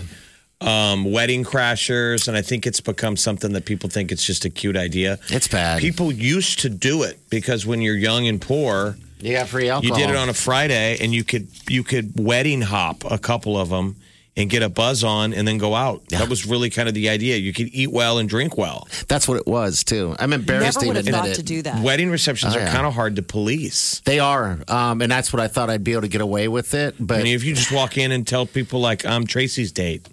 um, Wedding Crashers, and I think it's become something that people think it's just a cute idea. it's bad. People used to do it because when you're young and poor, you got free you alcohol. did it on a Friday, and you could you could wedding hop a couple of them and get a buzz on, and then go out. That was really kind of the idea. You could eat well and drink well. That's what it was too. I'm embarrassed Never to would have even thought admit to it. do that. Wedding receptions Oh, are yeah. kind of hard to police. They are, um, and that's what I thought I'd be able to get away with it. I But mean, if you just walk in and tell people like I'm Tracy's date,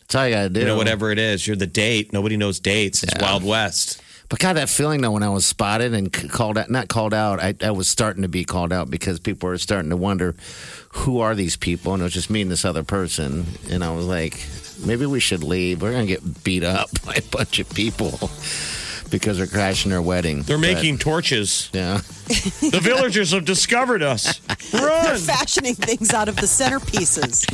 that's all you gotta do. you know whatever it is, you're the date. Nobody knows dates. It's Wild West. But God, that feeling though, when I was spotted and c- called out, not called out, I, I was starting to be called out because people were starting to wonder who are these people? And it was just me and this other person. And I was like, maybe we should leave. We're going to get beat up by a bunch of people because they're crashing their wedding. They're But, making torches. yeah. The villagers have discovered us. They're Run! fashioning things out of the centerpieces.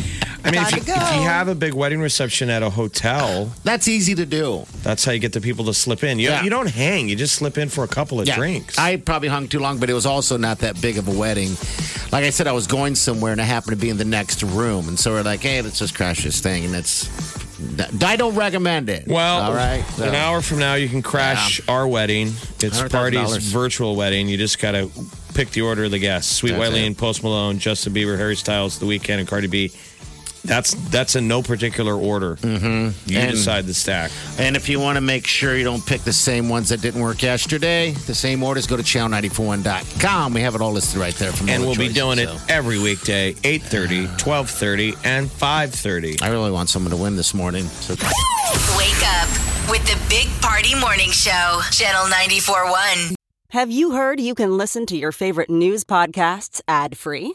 I mean, if Time you, if to you go. have a big wedding reception at a hotel, That's easy to do. that's how you get the people to slip in. You, Yeah. you don't hang. You just slip in for a couple of drinks. I probably hung too long, but it was also not that big of a wedding. Like I said, I was going somewhere and I happened to be in the next room. And so we're like, hey, let's just crash this thing. And that's, I don't recommend it. Well, all right. so- an hour from now you can crash our wedding. It's $100,000. party's virtual wedding. You just gotta pick the order of the guests: Sweet That's Wileen, it. Post Malone, Justin Bieber, Harry Styles, The Weeknd, and Cardi B. That's that's in no particular order. Mm-hmm. You And- decide the stack. And if you want to make sure you don't pick the same ones that didn't work yesterday, the same orders, go to channel941.com. We have it all listed right there. From all And the we'll be choices, doing it so. every weekday, 8.30, 12.30, and 5.30. I really want someone to win this morning. So Wake up with the Big Party Morning Show, Channel 94.1. Have you heard you can listen to your favorite news podcasts ad free?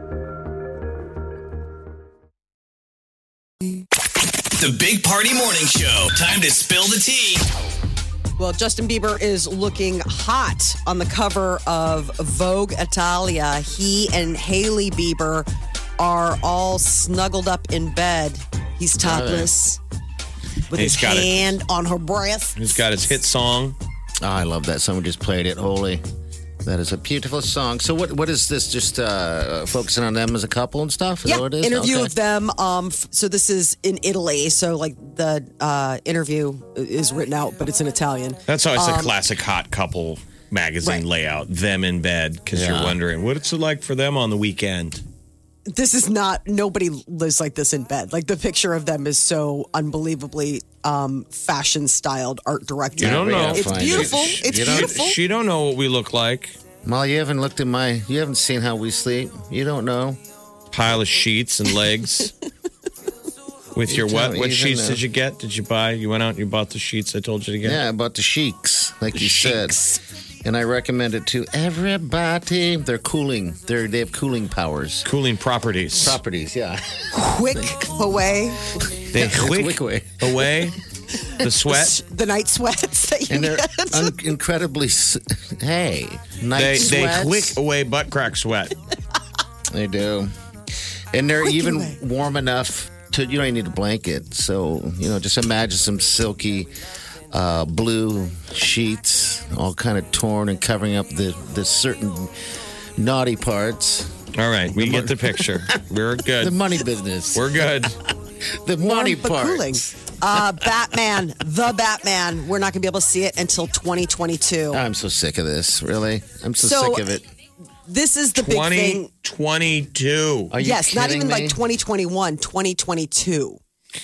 The Big Party Morning Show. Time to spill the tea. Well, Justin Bieber is looking hot on the cover of Vogue Italia. He and Haley Bieber are all snuggled up in bed. He's topless with He's his got it. hand on her breast. He's got his hit song. Oh, I love that. Someone just played it. Holy. That is a beautiful song. So what what is this? Just uh, focusing on them as a couple and stuff? Is that Yeah, what it is? interview Okay. of them. Um, f- so this is in Italy. So like the uh, interview is written out, but it's in Italian. That's always the classic hot couple magazine layout. Them in bed because you're wondering what's it like for them on the weekend. this is not nobody lives like this in bed like the picture of them is so unbelievably um fashion styled art directed You don't we know. gotta it's find beautiful it. it's You don't- beautiful She don't know what we look like. Molly, you haven't looked at my you haven't seen how we sleep. You don't know. Pile of sheets and legs. With your You what? don't What even sheets know. did you get? Did you buy? You went out and you bought the sheets I told you to get. Yeah, about the sheiks. like you said. And I recommend it to everybody. They're cooling. They're they have cooling powers. Cooling properties. Properties, yeah. Quick away they Wick wick away. away the sweat. the night sweats that you And they're get. un- incredibly. s- Hey, night They sweats. they wick away butt crack sweat. They do. And they're even away. warm enough to, you don't even need a blanket. So, you know, just imagine some silky uh, blue sheets, all kind of torn and covering up the, the certain naughty parts. All right, we get the picture. We're The good. money business. We're good. the money Warm but parts. cooling. Uh, Batman, the Batman. We're not going to be able to see it until 2022. I'm so sick of this, really. I'm so, So- sick of it. this is the big thing. 2022. Are you Yes, not kidding even me? like 2021, 2022.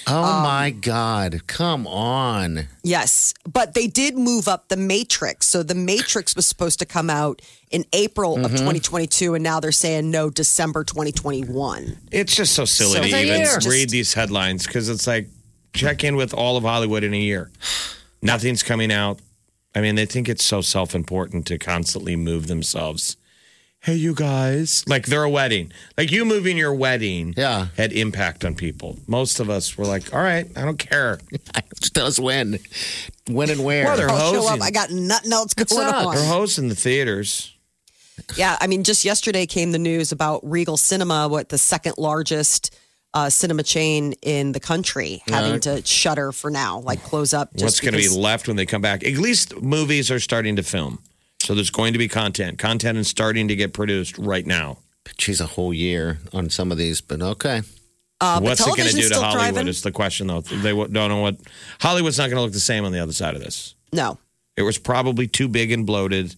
Oh um, my God. Come on. Yes, but they did move up the Matrix. So the Matrix was supposed to come out in April of Mm-hmm. 2022, and now they're saying no, December 2021. It's just so silly So to they even are. read these headlines because it's like check in with all of Hollywood in a year. Nothing's coming out. I mean, they think it's so self important to constantly move themselves. Hey, you guys. Like they're a wedding. Like you moving your wedding Yeah. had impact on people. Most of us were like, all right, I don't care. Just tell us when. When and where. Well, they're I'll show hosting. up. I got nothing else going up? They're on. hosting the theaters. Yeah, I mean, just yesterday came the news about Regal Cinema, what the second largest uh, cinema chain in the country, having to shutter for now, like close up. Just Uh, What's going to be because- left when they come back? At least movies are starting to film. So there's going to be content. Content is starting to get produced right now. She's a whole year on some of these, but okay. Uh, but What's it going to television's do to still Hollywood? thriving. Is the question though. They w- don't know what Hollywood's not going to look the same on the other side of this. No. It was probably too big and bloated,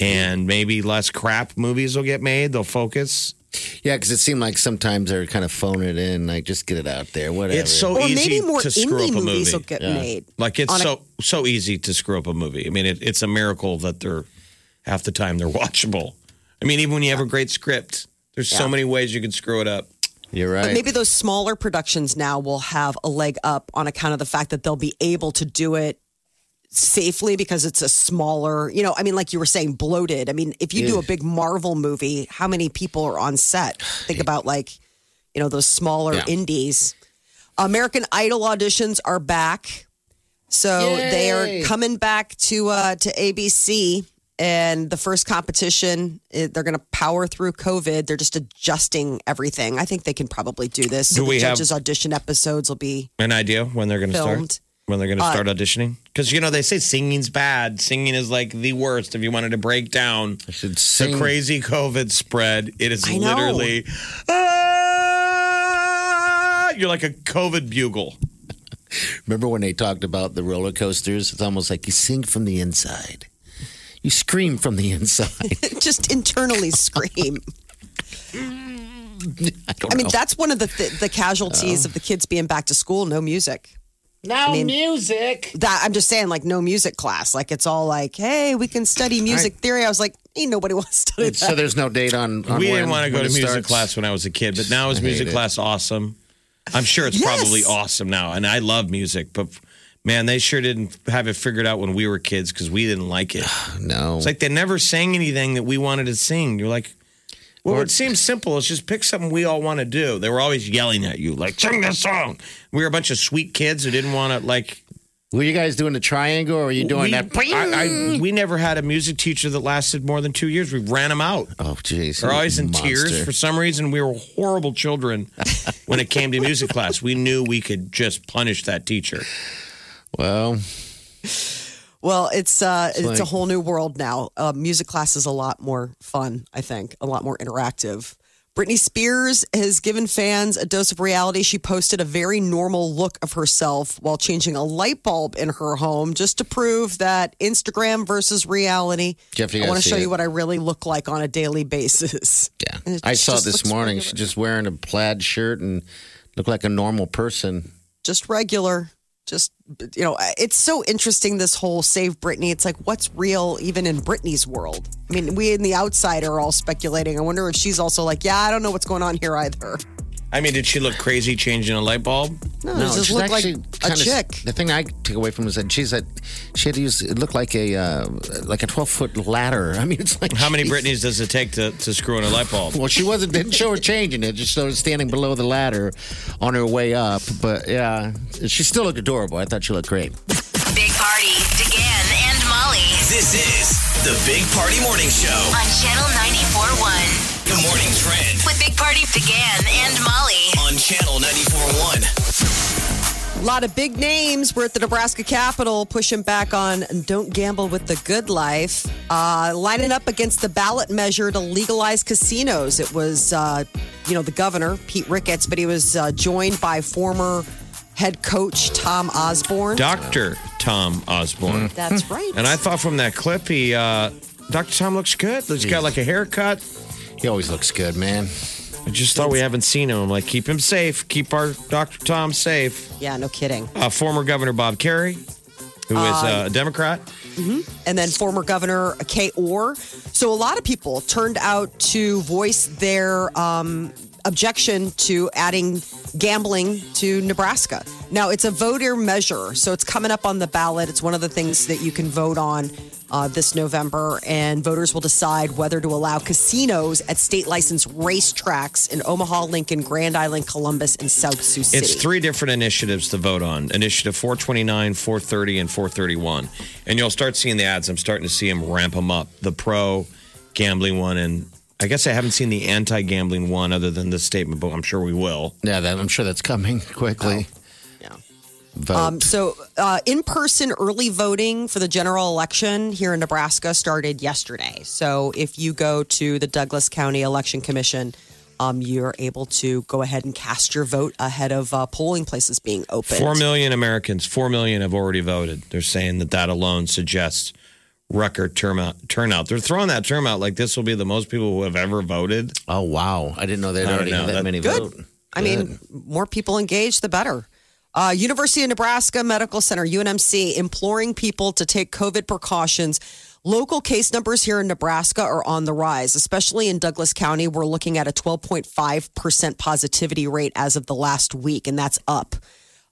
and maybe less crap movies will get made. They'll focus. Yeah, because it seemed like sometimes they're kind of phoning it in, like just get it out there, whatever. It's so Or easy maybe more to screw up indie a movie. movies will get made. Like it's on a- so so easy to screw up a movie. I mean, it, it's a miracle that they're half the time they're watchable. I mean, even when you have a great script, there's so many ways you can screw it up. you're right. But maybe those smaller productions now will have a leg up on account of the fact that they'll be able to do it safely because it's a smaller, you know, I mean, like you were saying, bloated. I mean, if you do a big Marvel movie, how many people are on set? Think about like, you know, those smaller Yeah. indies. American Idol auditions are back. So they are coming back to uh, to ABC, and the first competition eh, they're going to power through COVID. They're just adjusting everything. I think they can probably do this. Do the we have- judges audition episodes will be An idea when they're going to Filmed. Uh, start? When they're going to start auditioning? Because you know they say singing's bad. Singing is like the worst. If you wanted to break down should the sing. crazy COVID spread, it is I know. literally. "Ah!" you're like a COVID bugle. Remember when they talked about the roller coasters? It's almost like you sing from the inside, you scream from the inside. just internally scream. I don't I mean, know. that's one of the th- the casualties of the kids being back to school. No music. no mean- music. That I'm just saying, like no music class. Like it's all like, hey, we can study music theory. I was like, ain't nobody wants to study that. So there's no date on. on we when- didn't want to go when to it music starts? class when I was a kid, but now is hate music it. class awesome? I'm sure it's Yes. probably awesome now, and I love music, but man, they sure didn't have it figured out when we were kids because we didn't like it. No. It's like they never sang anything that we wanted to sing. You're like, well, it seems simple. It's just pick something we all want to do. They were always yelling at you, like, sing this song. We were a bunch of sweet kids who didn't want to, like, were you guys doing the triangle or were you doing we, that? I, I, we never had a music teacher that lasted more than two years. We ran them out. oh, jeez. They're always in Monster. tears. For some reason, we were horrible children when it came to music class. We knew we could just punish that teacher. well, Well, it's uh, it's, a like- whole new world now. Uh, music class is a lot more fun, I think, a lot more interactive. Britney Spears has given fans a dose of reality. She posted a very normal look of herself while changing a light bulb in her home just to prove that Instagram versus reality. Jeff, you I gotta want to see show you it. what I really look like on a daily basis. yeah. And it I saw just this looks morning. She's just wearing a plaid shirt and looked like a normal person. just regular just you know it's so interesting this whole save britney it's like what's real even in britney's world i mean we in the outside are all speculating i wonder if she's also like yeah i don't know what's going on here either I mean, did she look crazy changing a light bulb? No, it just she's looked like actually a kinda- chick. The thing I took away from was that she's a, she had to use it looked like a uh, like a twelve foot ladder. I mean, it's like How many geez. Britneys does it take to, to screw in a light bulb? Well, she wasn't didn't show her changing it. Just showed her standing below the ladder on her way up. But yeah, she still looked adorable. I thought she looked great. Big Party, DeGan and Molly This is the Big Party Morning Show. on Channel 94.1 The morning trend with Big Party, DeGan and Molly. on Channel 94.1. A lot of big names. We're at the Nebraska Capitol pushing back on don't gamble with the good life, uh, lining up against the ballot measure to legalize casinos. It was, uh, you know, the governor, Pete Ricketts, but he was uh, joined by former head coach Tom Osborne. Dr. Tom Osborne. That's right. And I thought from that clip, he, uh, Dr. Tom looks good. He's got like a haircut. He always looks good, man. I just thought we haven't seen him. I'm like, keep him safe. Keep our Dr. Tom safe. yeah, no kidding. Uh, former Governor Bob Kerry, who is uh, a Democrat. and then former Governor Kay Orr. So a lot of people turned out to voice their um, objection to adding gambling to Nebraska. Now it's a voter measure, so it's coming up on the ballot. It's one of the things that you can vote on. Uh, this November, and voters will decide whether to allow casinos at state licensed racetracks in Omaha, Lincoln, Grand Island, Columbus, and South Sioux City. It's three different initiatives to vote on Initiative 429, 430, and 431. And you'll start seeing the ads. I'm starting to see them ramp them up. The pro gambling one, and I guess I haven't seen the anti gambling one other than this statement, but I'm sure we will. Yeah, that, I'm sure that's coming quickly. Oh, Yeah. Vote. Um, so, uh, in person early voting for the general election here in Nebraska started yesterday. So, if you go to the Douglas County Election Commission, um, you're able to go ahead and cast your vote ahead of uh, polling places being open. Four million Americans, four million have already voted. They're saying that that alone suggests record turnout. Turnout. They're throwing that term out like this will be the most people who have ever voted. oh wow, I didn't know they I don't already know. had that, That- many Good. vote. I mean, more people engaged, the better. Uh, University of Nebraska Medical Center, UNMC, imploring people to take COVID precautions. Local case numbers here in Nebraska are on the rise, especially in Douglas County. We're looking at a 12.5% positivity rate as of the last week, and that's up.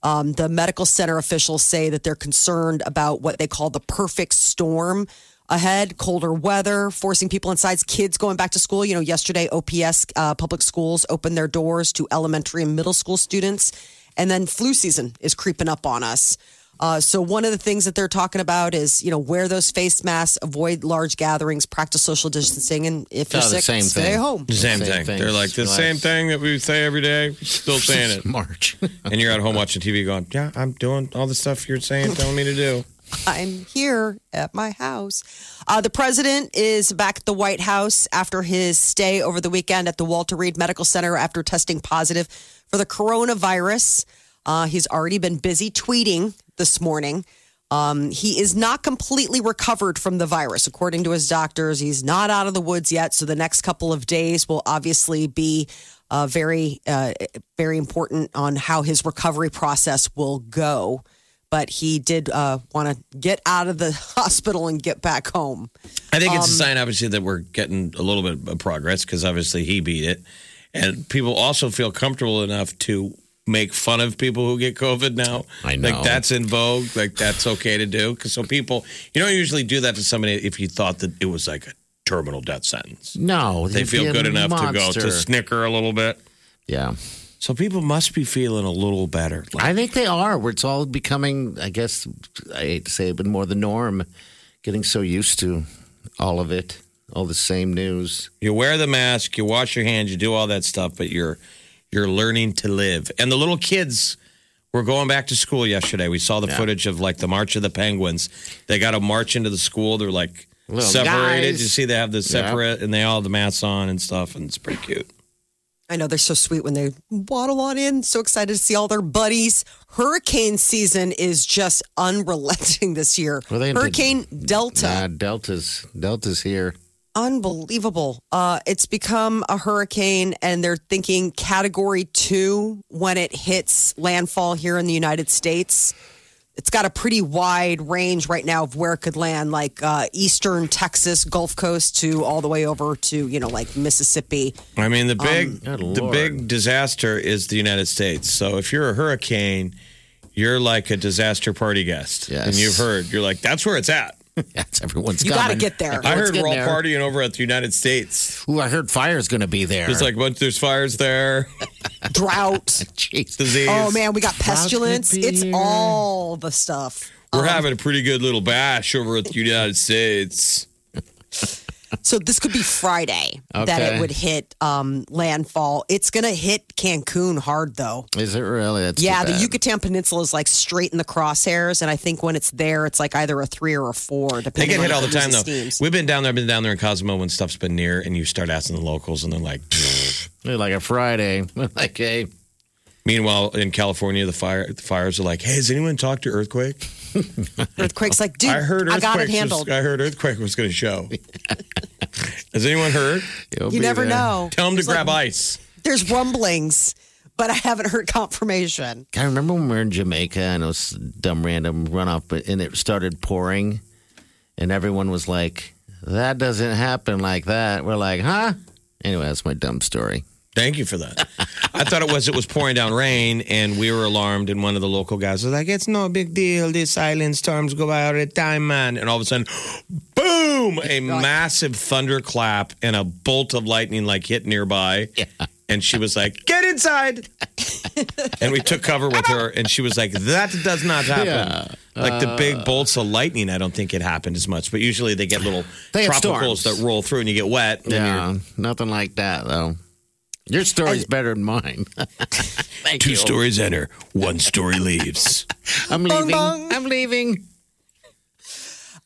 Um, the medical center officials say that they're concerned about what they call the perfect storm ahead colder weather, forcing people inside, kids going back to school. You know, yesterday, OPS uh, public schools opened their doors to elementary and middle school students. And then flu season is creeping up on us. Uh, so one of the things that they're talking about is, you know, wear those face masks, avoid large gatherings, practice social distancing, and if you're Oh, the sick, same stay thing. home. The same, Same thing. thing. They're like the Relax. same thing that we say every day. Still saying it. March. And you're at home watching TV, going, "Yeah, I'm doing all the stuff you're saying, telling me to do." I'm here at my house. Uh, the president is back at the White House after his stay over the weekend at the Walter Reed Medical Center after testing positive for the coronavirus. Uh, he's already been busy tweeting this morning. Um, he is not completely recovered from the virus, according to his doctors. He's not out of the woods yet, so the next couple of days will obviously be uh, very, uh, very important on how his recovery process will go but he did uh, want to get out of the hospital and get back home. I think Um, it's a sign, obviously, that we're getting a little bit of progress because obviously he beat it, and people also feel comfortable enough to make fun of people who get COVID now. I like know. that's in vogue. Like that's okay to do. 'Cause so people, you don't usually do that to somebody if you thought that it was like a terminal death sentence. no, They you'd be feel a good enough to go monster. to snicker a little bit. yeah. So people must be feeling a little better. Like, I think they are. Where it's all becoming, I guess, I hate to say it, but more the norm. Getting so used to all of it, all the same news. You wear the mask, you wash your hands, you do all that stuff, but you're you're learning to live. And the little kids were going back to school yesterday. We saw the footage of like the March of the Penguins. They got to march into the school. They're like Little separated. guys. You see, they have the separate, and they all have the masks on and stuff, and it's pretty cute. I know they're so sweet when they waddle on in. So excited to see all their buddies. Hurricane season is just unrelenting this year. Well, they did- Hurricane Delta. Nah, Delta's Delta's here. unbelievable. Uh, it's become a hurricane, and they're thinking category two when it hits landfall here in the United States. it's got a pretty wide range right now of where it could land, like uh, eastern Texas, Gulf Coast to all the way over to you know like Mississippi. I mean, the big Um, Good the Lord. big disaster is the United States. So if you're a hurricane, you're like a disaster party guest, Yes. and you've heard you're like that's where it's at. That's everyone's You got coming. to get there. I heard getting we're all there. partying over at the United States. Ooh, I heard fire's going to be there. There's like bunch there's fires there, Drought. Jeez. disease. Oh man, we got Drought could pestilence. be It's here. all the stuff. we're having a pretty good little bash over at the United States. So this could be Friday that Okay. it would hit um, landfall. It's gonna hit Cancun hard though. Is it really? That's too yeah, the bad. Yucatan Peninsula is like straight in the crosshairs, and I think when it's there, it's like either a three or a four. They Depending get hit on all the who's time though. esteemed. We've been down there, I've been down there in Cosmo when stuff's been near, and you start asking the locals, and they're like. They're like a Friday. like, hey, Meanwhile, in California, the fire the fires are like, "Hey, has anyone talked to earthquake? Earthquakes, like dude, I heard earthquake. got it was- handled. I heard earthquake was going to show. has anyone heard? it'll you be never there. know. Tell them to There's, like, grab ice. There's rumblings, but I haven't heard confirmation. I remember when we were in Jamaica and it was dumb random runoff, but and it started pouring, and everyone was like, "That doesn't happen like that." We're like, "Huh?" Anyway, that's my dumb story. Thank you for that. I thought it was it was pouring down rain, and we were alarmed. And one of the local guys was like, "It's no big deal. These island storms go by all the time, man." And all of a sudden, boom! A massive thunderclap and a bolt of lightning like hit nearby. And she was like, "Get inside!" and we took cover with her, and she was like, "That does not happen." Yeah. Uh. Like the big bolts of lightning, I don't think it happened as much. But usually they get little They have tropicals storms. that roll through, and you get wet. And then Yeah, you're- nothing like that though. Your story's better than mine. Thank Two you. stories enter, one story leaves. I'm leaving. I'm leaving.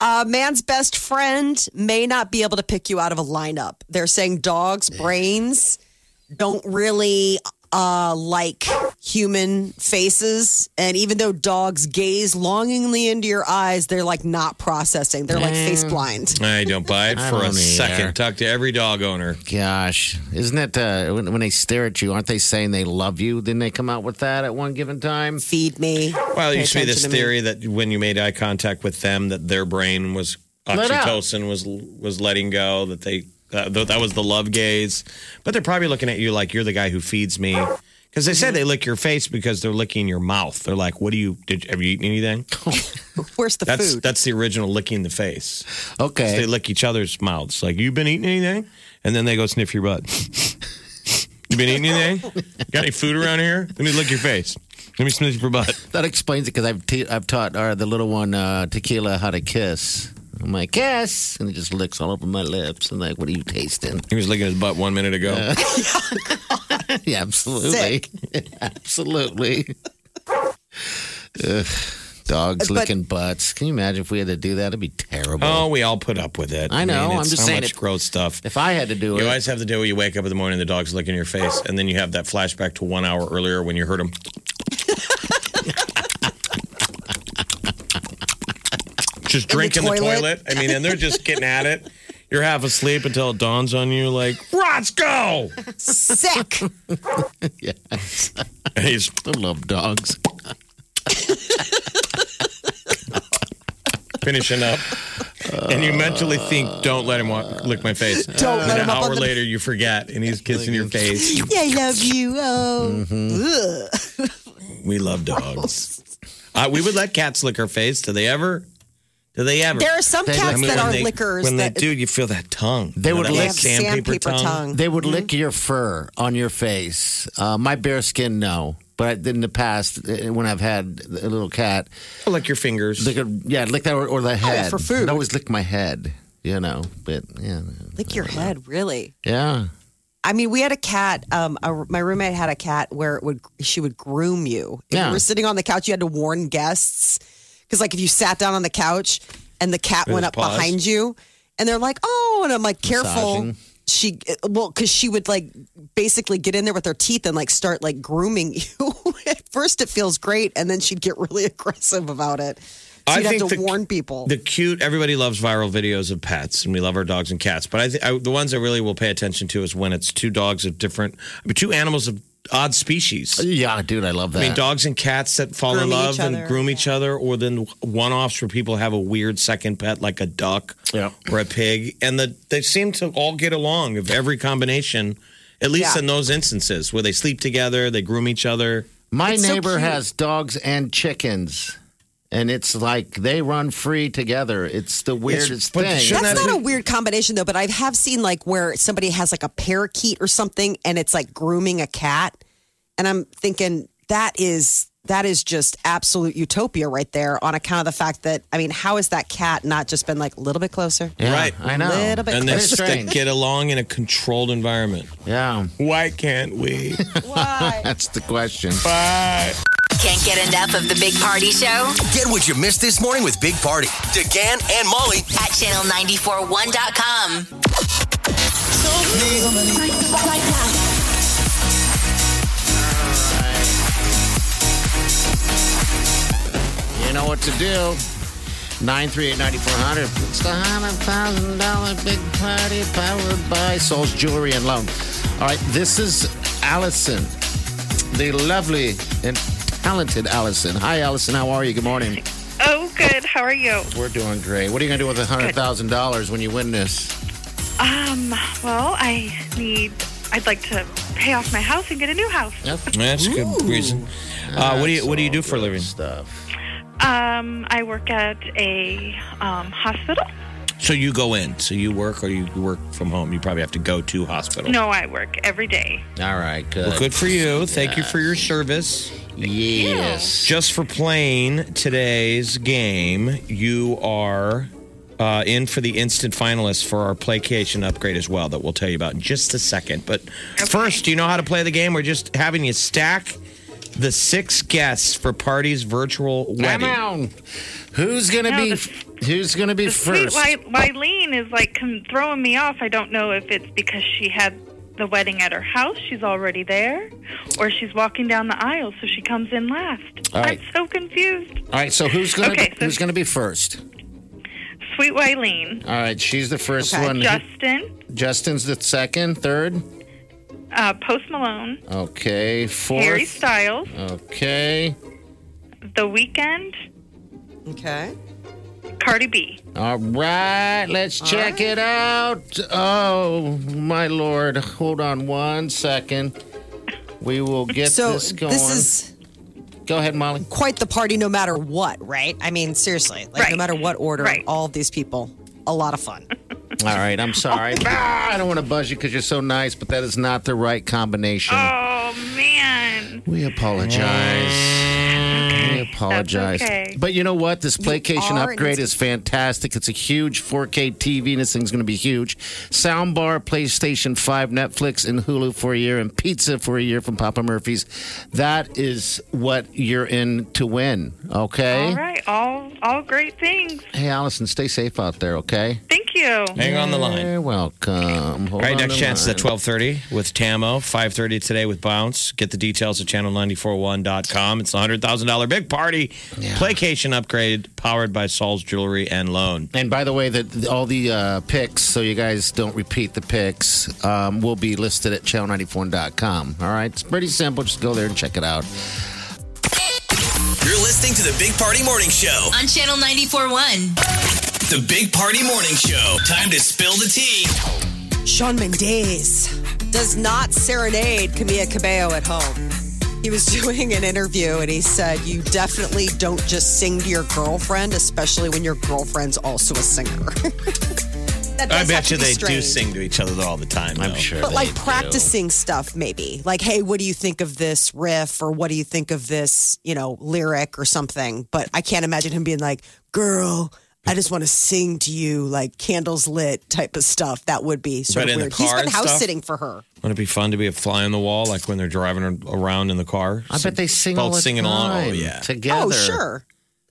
A man's best friend may not be able to pick you out of a lineup. They're saying dogs' brains don't really uh, like human faces. And even though dogs gaze longingly into your eyes, they're like not processing. They're like face blind. I don't buy it I for a don't either. second. Talk to every dog owner. Gosh, isn't it uh, when, when they stare at you? Aren't they saying they love you? Then they come out with that at one given time. Feed me. Well, Pay you see this attention to me. theory that when you made eye contact with them, that their brain was Let out. oxytocin was was letting go. That they uh, th- that was the love gaze. But they're probably looking at you like you're the guy who feeds me. Because they said they lick your face because they're licking your mouth. They're like, "What do you? Did have you eaten anything?" Where's the That's food? that's the original licking the face. Okay, They lick each other's mouths. Like, you been eating anything? And then they go sniff your butt. you been eating anything? Got any food around here? Let me lick your face. Let me sniff your butt. That explains it because I've te- I've taught uh, the little one uh, tequila how to kiss. I'm like kiss, and it just licks all over my lips. I'm like, what are you tasting? He was licking his butt one minute ago. yeah, absolutely, absolutely. Ugh, dogs But- licking butts. Can you imagine if we had to do that? It'd be terrible. Oh, we all put up with it. I know, I'm it's just so saying much it- gross stuff. If I had to do You it, always have the day where you wake up in the morning, the dog's licking your face, and then you have that flashback to one hour earlier when you heard him. just drinking the, toilet? toilet. I mean, and they're just getting at it. You're half asleep until it dawns on you, like Roscoe. Sick. And he's I love dogs. finishing up, and you mentally think, "Don't let him wa- lick my face." Don't and let an him up hour on the- later, you forget, and he's kissing your face. yeah, I love you. Mhm. Oh. Ugh. We love dogs. Uh, we would let cats lick our face. Do they ever? Do they ever? There are some They- cats I mean, that when are they- lickers When that they do, you feel that tongue. They You know, would that lick they little have sandpaper tongue. They would lick your fur on your face. Uh, my bare skin, no. But in the past, uh, when I've had a little cat, Or Lick your fingers. Lick a, yeah, lick that or, or the head. for I'd food. always lick my head, you know. But yeah, Lick your head, really. yeah. I mean, we had a cat. Um, a, my roommate had a cat where it would she would groom you. If Yeah. you were sitting on the couch, you had to warn guests because, like, if you sat down on the couch and the cat went up There's paws. behind you, and they're like, "Oh," and I'm like, "Careful." Massaging. She well, because she would like basically get in there with her teeth and like start like grooming you. At first, it feels great, and then she'd get really aggressive about it. So I you'd have think to the- warn people. The cute. Everybody loves viral videos of pets, and we love our dogs and cats. But I, th- I the ones I really will pay attention to is when it's two dogs of different, I mean, two animals of odd species. Yeah, dude, I love that. I mean, dogs and cats that fall in Grooming love each and other, groom each other, or then one offs where people have a weird second pet like a duck Yeah. or a pig. And the, they seem to all get along of every combination, at least Yeah. in those instances where they sleep together, they groom each other. My It's so neighbor cute. has dogs and chickens, and it's like they run free together. It's the weirdest but thing. shouldn't That's that- not a weird combination though, but I have seen like where somebody has like a parakeet or something and it's like grooming a cat. And I'm thinking that is that is just absolute utopia right there on account of the fact that I mean, how has that cat not just been like a little bit closer? Yeah, Right. I know. Little bit And they, That is they strange. get along in a controlled environment. Yeah, Why can't we? that's the question. Can't get enough of the Big Party Show Get what you missed this morning with Big Party, DeGan and Molly. at channel941.com. You know what to do. 938-9400. It's the $100,000 big party powered by Soul's Jewelry and Loan. All right, this is Allison, the lovely and talented Allison. Hi, Allison. How are you? Good morning. Oh, good. How are you? We're doing great. What are you going to do with $100,000 when you win this? Um, well, I need, I'd like to pay off my house and get a new house. That's a good reason. Uh, what do you What do you do for a living? Stuff. Um, I work at a um, hospital. So you go in. So you work, or you work from home. You probably have to go to hospital. No, I work every day. All right, good. Well, good for you. Thank you for your service. Yes. Just for playing today's game, you are uh, in for the instant finalists for our Playcation upgrade as well, that we'll tell you about in just a second. But first, do you know how to play the game? We're just having you stack the six guests for Party's virtual Come wedding. on. Who's going to No, be this- who's going to be The sweet first? Wy- Wyleen is like com- throwing me off. I don't know if it's because she had the wedding at her house, she's already there, or she's walking down the aisle, so she comes in last. All right. I'm so confused. All right, so who's going to Okay, so- who's going to be first? Sweet Wyleen, All right, she's the first Okay. one. Justin, Justin's the second, third. uh, Post Malone, Okay, fourth. Harry Styles, Okay. The Weekend, Okay. Cardi B. All right, let's check it out. Oh, my lord. Hold on one second. We will get So this going. this is Go ahead, Molly. quite the party no matter what, right? I mean, seriously, like no Right. matter what order, Right. all of these people, a lot of fun. All right, I'm sorry. Ah, I don't want to buzz you because you're so nice, but that is not the right combination. Oh man. We apologize. We apologize. okay. But you know what? This PlayStation are, and upgrade is fantastic. It's a huge 4K TV, and this thing's going to be huge. Soundbar, PlayStation 5, Netflix, and Hulu for a year, and pizza for a year from Papa Murphy's. That is what you're in to win, okay? All right, all all great things. Hey, Allison, stay safe out there, okay? Thank you. Hang on the line. You're welcome. Hold All right, on next the chance uh, is at line. 12.30 with Tamo, 5.30 today with Bounce. Get the details at channel941.com. It's the $100,000 big party playcation upgrade powered by Saul's Jewelry and Loan. And by the way, that all the uh, picks, so you guys don't repeat the picks, um, will be listed at channel94.com. All right, it's pretty simple. Just go there and check it out. You're listening to the Big Party Morning Show. On channel 941. The Big Party Morning Show. Time to spill the tea. Sean Mendez does not serenade Camilla Cabello at home. He was doing an interview and he said, You definitely don't just sing to your girlfriend, especially when your girlfriend's also a singer. That I does have bet to you be they do strange. sing to each other all the time. I'm though. sure. But they like do. practicing stuff, maybe. Like, hey, what do you think of this riff or what do you think of this, you know, lyric or something? But I can't imagine him being like, girl, I just want to sing to you, like candles lit type of stuff. That would be sort But of in the weird. He's car been and house stuff? sitting for her. Wouldn't it be fun to be a fly on the wall, like when they're driving ar- around in the car? I bet they sing Both all the singing along. time Oh, yeah. together. Oh, sure.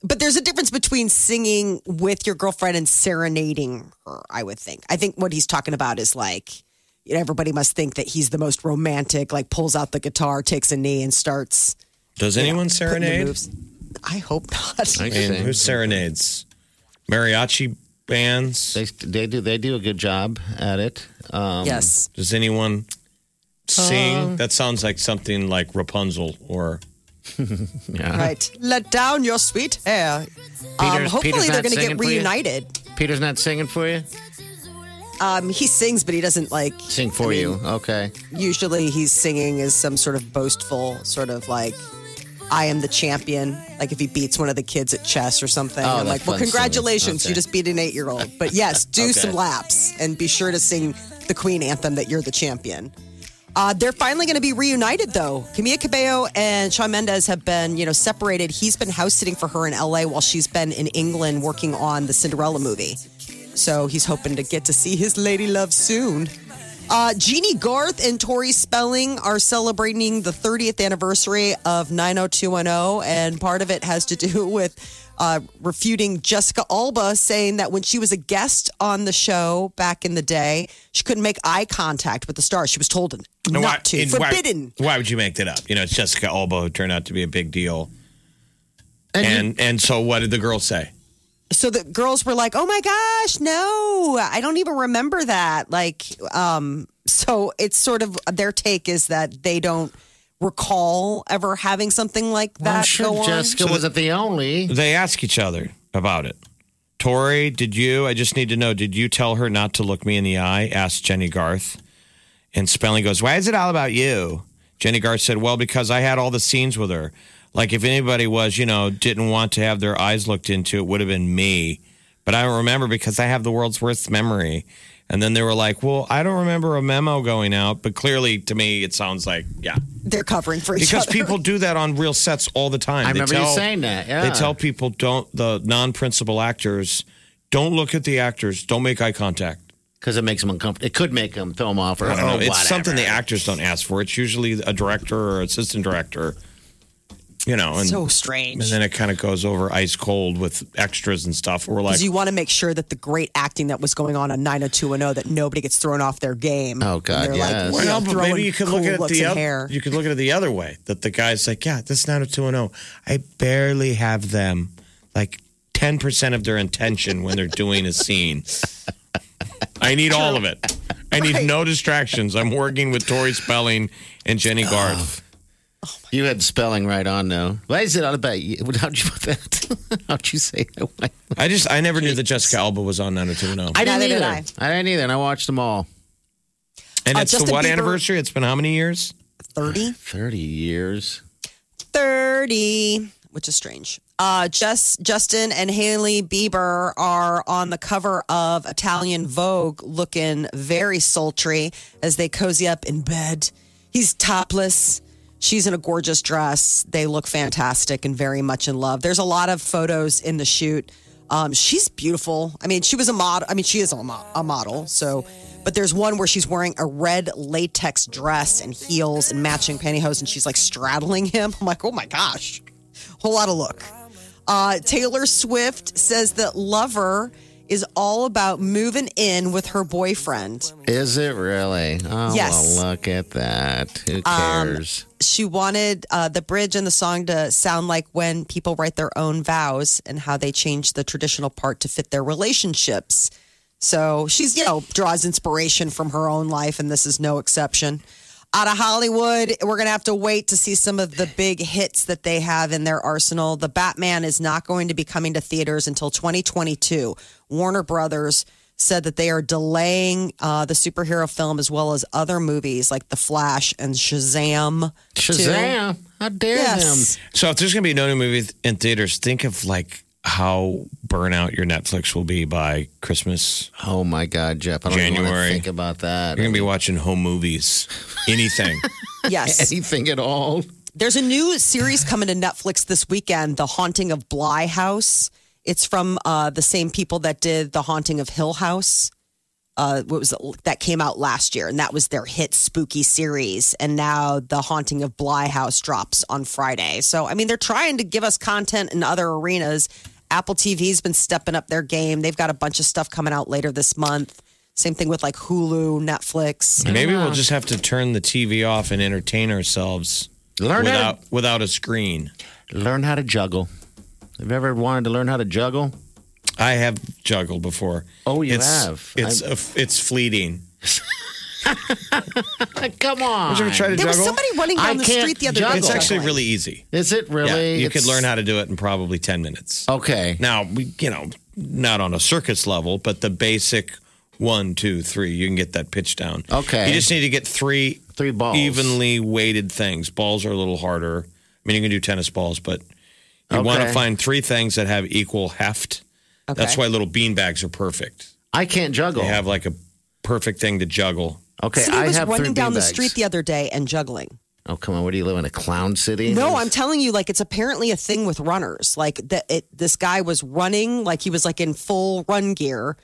But there's a difference between singing with your girlfriend and serenading her, I would think. I think what he's talking about is like, you know, everybody must think that he's the most romantic, like pulls out the guitar, takes a knee, and starts Does anyone putting the serenade? moves. I hope not. I I mean, think who serenades? Mariachi bands? They, they do they do a good job at it. Um, yes. Does anyone sing. That sounds like something like Rapunzel or. yeah. Right. Let down your sweet hair. Um, Uh-huh. Peter's- Peter's hopefully, they're not going to singing get for you? reunited. Peter's not singing for you? Um, he sings, but he doesn't like. Sing for you. Okay. Usually, he's singing as some sort of boastful, sort of like, "I am the champion." Like if he beats one of the kids at chess or something. Oh, I'm that's like, "Well, fun singing. congratulations, Okay. you just beat an eight-year-old." But yes, do Okay. some laps and be sure to sing the Queen anthem that you're the champion. Uh, they're finally going to be reunited, though. Camila Cabello and Shawn Mendes have been, you know, separated. He's been house sitting for her in L.A. while she's been in England working on the Cinderella movie. So he's hoping to get to see his lady love soon. Uh, Jeannie Garth and Tori Spelling are celebrating the 30th anniversary of 90210, and part of it has to do with uh, refuting Jessica Alba, saying that when she was a guest on the show back in the day, she couldn't make eye contact with the star. She was told And not why- to, and why- forbidden. Why, would you make that up? You know, it's Jessica Alba who turned out to be a big deal. And and, so what did the girl say? so the girls were like, "Oh my gosh, no, I don't even remember that." Like, um, so it's sort of their take is that they don't recall ever having something like that Well, I'm sure go on. Jessica wasn't the only. They ask each other about it. Tori, did you? I just need to know. Did you tell her not to look me in the eye? Asked Jenny Garth. And Spelling goes, Why is it all about you? Jenny Garth said, Well, because I had all the scenes with her. Like, if anybody was, you know, didn't want to have their eyes looked into, it would have been me. But I don't remember because I have the world's worst memory. And then they were like, Well, I don't remember a memo going out. But clearly, to me, it sounds like, yeah. They're covering for each Because other. people do that on real sets all the time. I They remember you saying that, yeah. They tell people, don't, the non principal actors, don't look at the actors, don't make eye contact. Because it makes them uncomfortable. It could make them throw them off or I don't or know. It's Oh, whatever. something the actors don't ask for. It's usually a director or assistant director, you know. And, so strange. and then it kind of goes over ice cold with extras and stuff. We're like, because you want to make sure that the great acting that was going on oh on 90210 that nobody gets thrown off their game. Oh, God, And they're yes. Like, you know, well, but throwing maybe you could cool look at it looks the and other. hair. You could look at it the other way that the guy's like, yeah, this is not a two and zero. I barely have them like ten percent of their intention when they're doing a scene. I need all of it. I need no distractions. I'm working with Tori Spelling and Jenny Garth. You had spelling right on, though. Why is it all about you? How'd you put that? How'd you say that? Why- I just I never knew that Jessica Alba was on 90210. I didn't Neither either. did I. didn't either, and I watched them all. And Uh, it's the Justin what Bieber- anniversary? It's been how many years? 30? 30 years. 30, which is strange. Uh, just Justin and Haley Bieber are on the cover of Italian Vogue, looking very sultry as they cozy up in bed. He's topless. She's in a gorgeous dress. They look fantastic and very much in love. There's a lot of photos in the shoot. Um, she's beautiful. I mean, she was a model. I mean, she is a, mo- a model. So, but there's one where she's wearing a red latex dress and heels and matching pantyhose, and she's like straddling him. I'm like, oh my gosh, whole lot of look. Uh, Taylor Swift says that Lover is all about moving in with her boyfriend. Is it really? Oh, Yes. well, look at that. Who cares? she wanted uh, the bridge and the song to sound like when people write their own vows and how they change the traditional part to fit their relationships. So she's, you know, draws inspiration from her own life, and this is no exception. Out of Hollywood, we're going to have to wait to see some of the big hits that they have in their arsenal. The Batman is not going to be coming to theaters until 2022. Warner Brothers said that they are delaying uh, the superhero film as well as other movies like The Flash and Shazam. too. Shazam. How dare Yes. So if there's going to be no new movie in theaters, think of like how burnout your Netflix will be by Christmas. them? Oh, my God, Jeff. I don't even want to January. think about that. You're going to be watching home movies, anything. Yes. Anything at all? There's a new series coming to Netflix this weekend, The Haunting of Bly House. It's from uh, the same people that did The Haunting of Hill House. Uh, what was it? that came out last year, and that was their hit spooky series. And now The Haunting of Bly House drops on Friday. So I mean, they're trying to give us content in other arenas. Apple TV's been stepping up their game. They've got a bunch of stuff coming out later this month. Same thing with like Hulu, Netflix. Maybe we'll just have to turn the TV off and entertain ourselves Learn how without to- without a screen. learn how to juggle. Have you ever wanted to learn how to juggle? I have juggled before. Oh, you it's, have. It's a, it's fleeting. Come on. Did you ever try to There was juggle? somebody running down I the can't street the other day. It's juggle. actually really easy. Is it Yeah, really? you It's- could learn how to do it in probably 10 minutes. Okay. Now, we, you know, not on a circus level, but the basic one, two, three, you can get that pitch down. Okay. You just need to get three Three balls. evenly weighted things. Balls are a little harder. I mean, you can do tennis balls, but you want to Okay. find three things that have equal heft. That's Okay. why little bean bags are perfect. I can't juggle. They have like a perfect thing to juggle. okay. Somebody I was have running three down the beanbags. street the other day and juggling. Oh come on! What do you live in a clown city? No, I'm telling you, like it's apparently a thing with runners. Like that, it this guy was running, like he was like in full run gear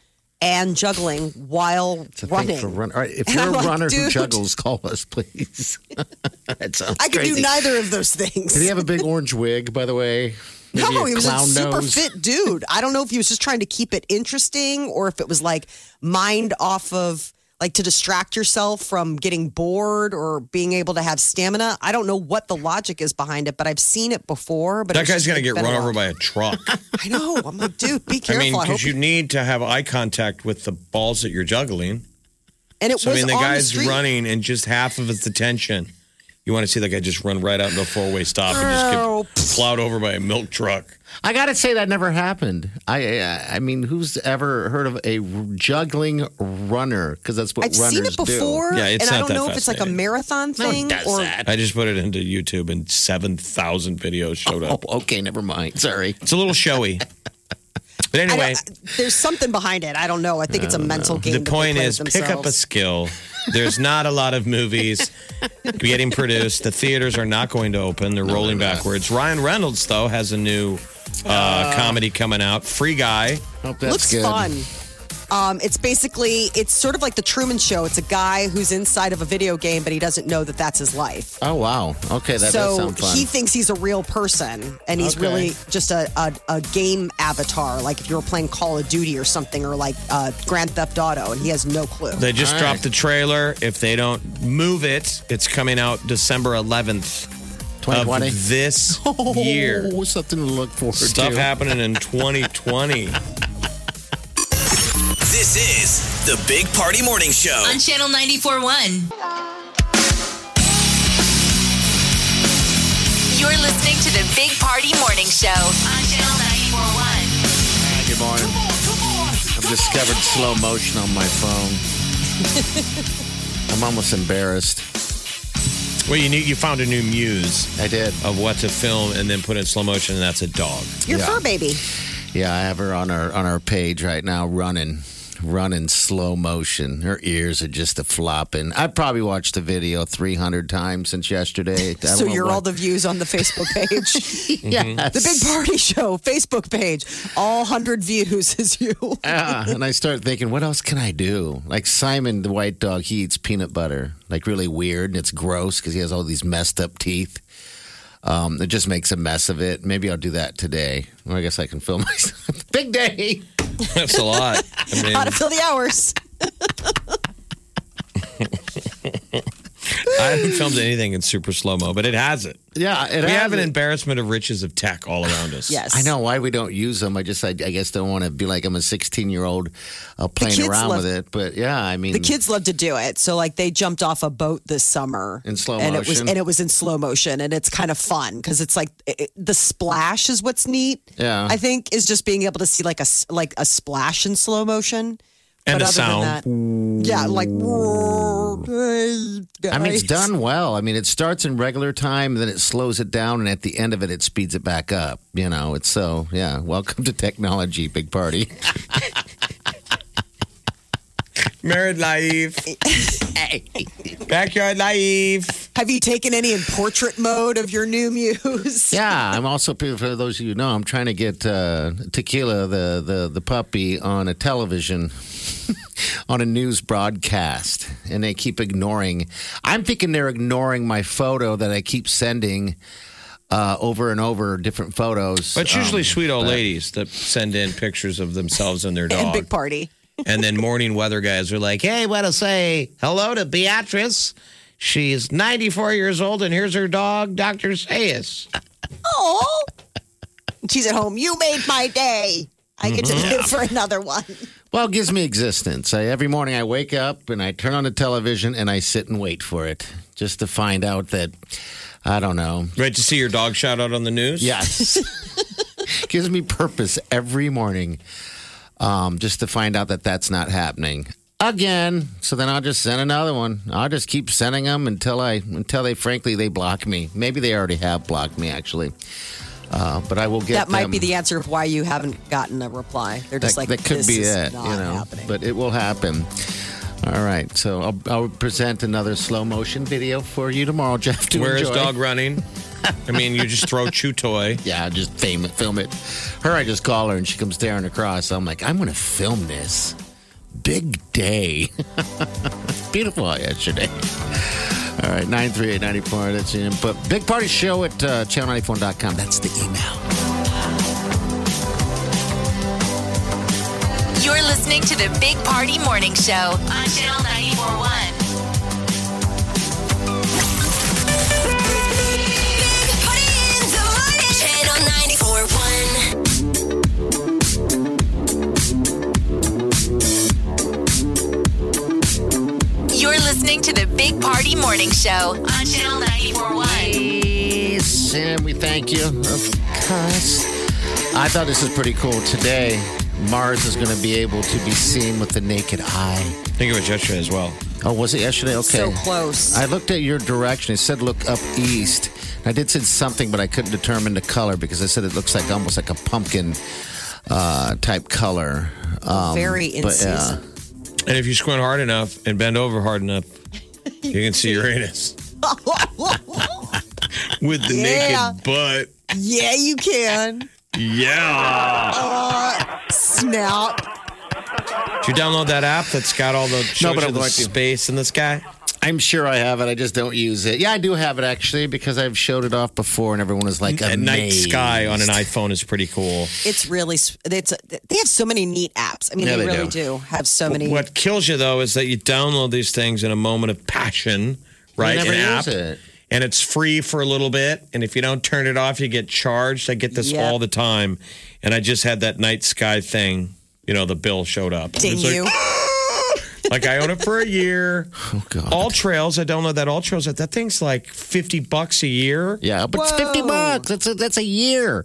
and juggling while It's a running. thing for run. All right, if And you're I'm a like, runner who dude. juggles, call us, please. that sounds I could crazy. do neither of those things. Did he have a big orange wig, by the way? Maybe no, a he was a clown super nose? fit dude. I don't know if he was just trying to keep it interesting or if it was like mind off of like to distract yourself from getting bored or being able to have stamina. I don't know what the logic is behind it, but I've seen it before. But That it's guy's just, going to like, get been run a over while. by a truck. I know. I'm like, dude, be I careful. mean, I hope because you need to have eye contact with the balls that you're juggling. And it So, I was mean, the on guy's street. running and just half of his attention. You want to see that guy just run right out into a four way stop and just get plowed over by a milk truck. I gotta say that never happened. I I, I mean, who's ever heard of a juggling runner? Because that's what I've runners seen it do. before, Yeah, it's and I not don't that know if it's like a fascinating. marathon No one thing does or that. I just put it into YouTube and 7,000 videos showed up. Oh, okay, never mind. Sorry. It's a little showy. But I don't- anyway, there's something behind it. I don't know. I think it's a mental game. the that they point play is with pick up a themselves. skill. There's not a lot of movies getting produced. The theaters are not going to open, they're rolling backwards. Ryan Reynolds, though, has a new uh, comedy coming out Free Guy. Hope that's Looks good. fun. Um, it's basically it's sort of like the Truman Show. It's a guy who's inside of a video game, but he doesn't know that that's his life. Oh wow. Okay, that does so sound fun. he thinks he's a real person, and he's Okay. really just a, a, a game avatar. Like if you were playing Call of Duty or something, or like uh, Grand Theft Auto, and he has no clue. They just All right. dropped the trailer. If they don't move it, it's coming out December 11th Twenty twenty. of this year. Oh, something to look forward Stuff to. happening in 2020. This is the Big Party Morning Show. On Channel 94.1. You're listening to the Big Party Morning Show on Channel 94.1. Good morning. I've discovered slow motion on my phone. I'm almost embarrassed. well, you need, you found a new muse I did. of what to film and then put in slow motion, and that's a dog. Your Yeah. fur baby. Yeah, I have her on our on our page right now, running, running slow motion. Her ears are just a flopping. I probably watched the video 300 times since yesterday. I don't So know you're why. all the views on the Facebook page. Yes. The Big Party Show Facebook page. All 100 views is you. Yeah, and I start thinking, what else can I do? Like Simon, the white dog, he eats peanut butter, like really weird, and it's gross because he has all these messed up teeth. Um, it just makes a mess of it. Maybe I'll do that today. Well, I guess I can film myself. Big day. That's a lot. I mean, How to fill the hours. I haven't filmed anything in super slow mo, but it has it. Yeah, it We have an hasn't- embarrassment of riches of tech all around us. Yes. I know why we don't use them. I just, I, I guess, don't want to be like I'm a 16 year old uh, playing kids around love- with it. But yeah, I mean, The kids love to do it. So like they jumped off a boat this summer In slow and it was motion. and it was in slow motion and it's kind of fun cuz it's like it, it- the splash is what's neat. Yeah. I think is just being able to see like a s- like a splash in slow motion. And but the other sound. Than that, yeah, like I mean, it's done well. I mean, it starts in regular time, then it slows it down, and at the end of it, it speeds it back up. You know, it's so yeah. Welcome to technology, big party. Married life. Backyard life. Have you taken any in portrait mode of your new muse? yeah, I'm also for those of you who know, I'm trying to get uh, tequila, the the the puppy, on a television. on a news broadcast and they keep ignoring i'm thinking they're ignoring my photo that i keep sending uh, over and over different photos But it's Um, usually sweet old ladies that send in pictures of themselves and their dog. And big party. And then morning weather guys are like, hey, want to say hello to Beatrice. She's 94 years old, and here's her dog, Dr. Sayus. Oh. She's at home. You made my day. I get to Mhm. live for another one. Well, it gives me existence. I, every morning I wake up and I turn on the television and I sit and wait for it just to find out that, I don't know. Right to see your dog shout out on the news? Yes. gives me purpose every morning um, just to find out that that's not happening again. So then I'll just send another one. I'll just keep sending them until I until they frankly they block me. Maybe they already have blocked me actually. Uh, but I will get that might them. be the answer of why you haven't gotten a reply. They're just that, like, that could this be is it, not you know. happening. But it will happen. All right, so I'll, I'll present another slow motion video for you tomorrow, Jeff. To Where is enjoy. dog running? I mean, you just throw chew toy. Yeah, just film it. Film it. Her, I just call her and she comes staring across. I'm like, I'm going to film this. Big day. Beautiful out yesterday. All right, 938-94. That's the input. Big Party Show at uh, channel94.com. That's the email. You're listening to the Big Party Morning Show on Channel 941. Channel 941. You're listening to the Big Party Morning Show on Channel 941. Sam, we thank you. Of course. I thought this was pretty cool. Today, Mars is going to be able to be seen with the naked eye. I think it was yesterday as well. Oh, was it yesterday? Okay. So close. I looked at your direction. It said look up east. I did say something, but I couldn't determine the color because I said it looks like almost like a pumpkin uh, type color. Um, Very in season. And if you squint hard enough and bend over hard enough, you can see Uranus with the Yeah. naked butt. Yeah, you can. Yeah. Uh, snout. Did you download that app that's got all the shows but you I'm the going to. space in the sky? I'm sure I have it. I just don't use it. Yeah, I do have it actually because I've showed it off before, and everyone was like, A night amazed. sky on an iPhone is pretty cool. It's really, s- it's, they have so many neat apps. I mean, Yeah, they, they really do. do. have so many. What kills you though is that you download these things in a moment of passion, right? never An use it. And it's free for a little bit. And if you don't turn it off, you get charged. I get this Yep. all the time. And I just had that night sky thing. You know, the bill showed up. Ding It's like, you. like I own it for a year. Oh God. All Trails. I download that All Trails. That thing's like fifty bucks a year. Yeah, but it's fifty bucks. That's a, that's a year.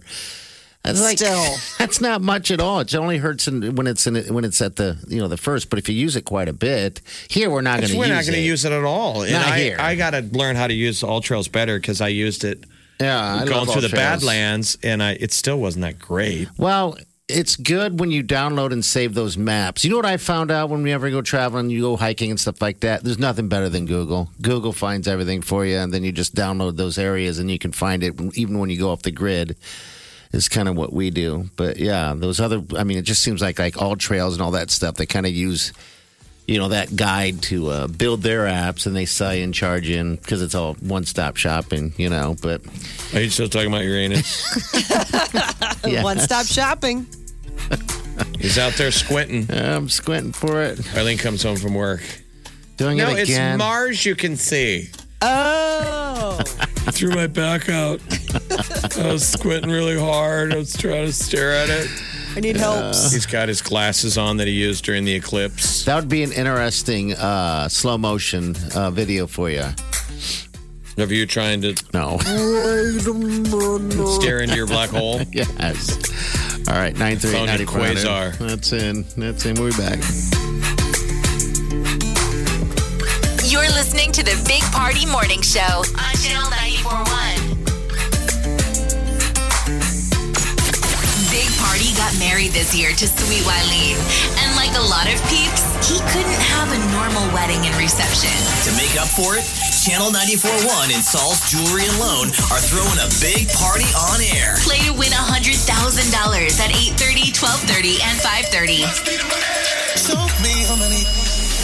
That's like Still. that's not much at all. It only hurts in, when it's in when it's at the you know the first. But if you use it quite a bit, here we're not going to We're use not going it. to use it at all. And Not I, here. I got to learn how to use All Trails better because I used it yeah, I going love through all the trails. Badlands, and I it still wasn't that great. Well, it's good when you download and save those maps. You know what I found out when we ever go traveling, you go hiking and stuff like that? There's nothing better than Google. Google finds everything for you, and then you just download those areas and you can find it even when you go off the grid. Is kind of what we do, but yeah, those other. I mean, it just seems like like all trails and all that stuff. They kind of use, you know, that guide to uh, build their apps, and they sell you and charge you because it's all one stop shopping, you know. But Are you still talking about Uranus? yes. One stop shopping. He's out there squinting. I'm squinting for it, Eileen comes home from work. doing No, it it's again. Mars you can see. Oh. I threw my back out. I was squinting really hard. I was trying to stare at it. I need help. He's got his glasses on that he used during the eclipse. That would be an interesting uh, slow motion uh, video for you. Of you trying to No. stare into your black hole. yes. All right, 938 Phone and quasar. That's in. That's in. We'll be back. You're listening to the Big Party Morning Show on Channel 941. Big Party got married this year to Sweet Wileen, and like a lot of peeps, he couldn't have a normal wedding and reception. To make up for it, Channel 941 and Saul's Jewelry and Loan are throwing a big party on air. Play to win $100,000 at 8:30, 12:30, and 5:30. Show me how many.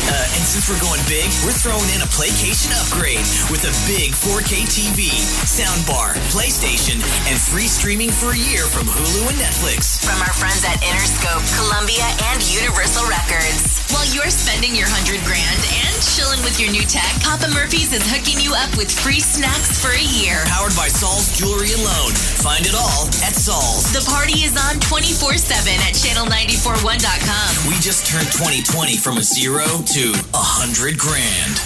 Uh, and since we're going big, we're throwing in a playcation upgrade with a big 4K TV, soundbar, PlayStation, and free streaming for a year from Hulu and Netflix. From our friends at Interscope, Columbia, and Universal Records. While you're spending your hundred grand and chilling with your new tech, Papa Murphy's is hooking you up with free snacks for a year. Powered by Saul's Jewelry and Loan. Find it all at Saul's. The party is on 24 7 at channel941.com. We just turned 2020 from a zero to a hundred grand.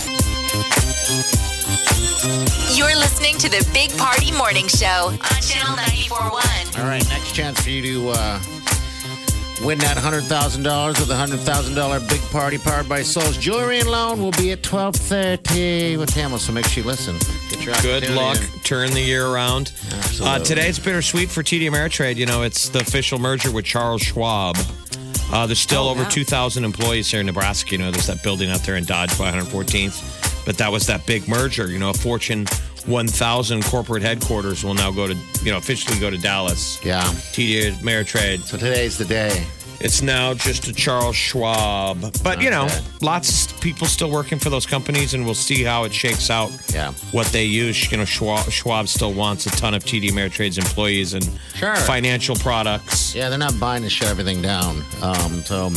You're listening to the Big Party Morning Show on Channel 941. All right, next chance for you to uh, win that $100,000 with a $100,000 big party powered by Souls Jewelry and Loan will be at 12.30 with Tamil, so make sure you listen. Get your Good opportunity luck. in. Turn the year around. Uh, Absolutely. today it's bittersweet for TD Ameritrade. You know, it's the official merger with Charles Schwab. Uh, there's Oh, still over 2,000 employees here in Nebraska. You know, there's that building out there in Dodge by 114th. But that was that big merger. You know, a Fortune 1,000 corporate headquarters will now go to, you know, officially go to Dallas. Yeah. TD Ameritrade. So today's the day. It's now just a Charles Schwab. But, you know, Okay. lots of people still working for those companies, and we'll see how it shakes out. Yeah. What they use, you know, Schwab, Schwab still wants a ton of TD Ameritrade's employees and Sure. financial products. Yeah, they're not buying to shut everything down. Um, so,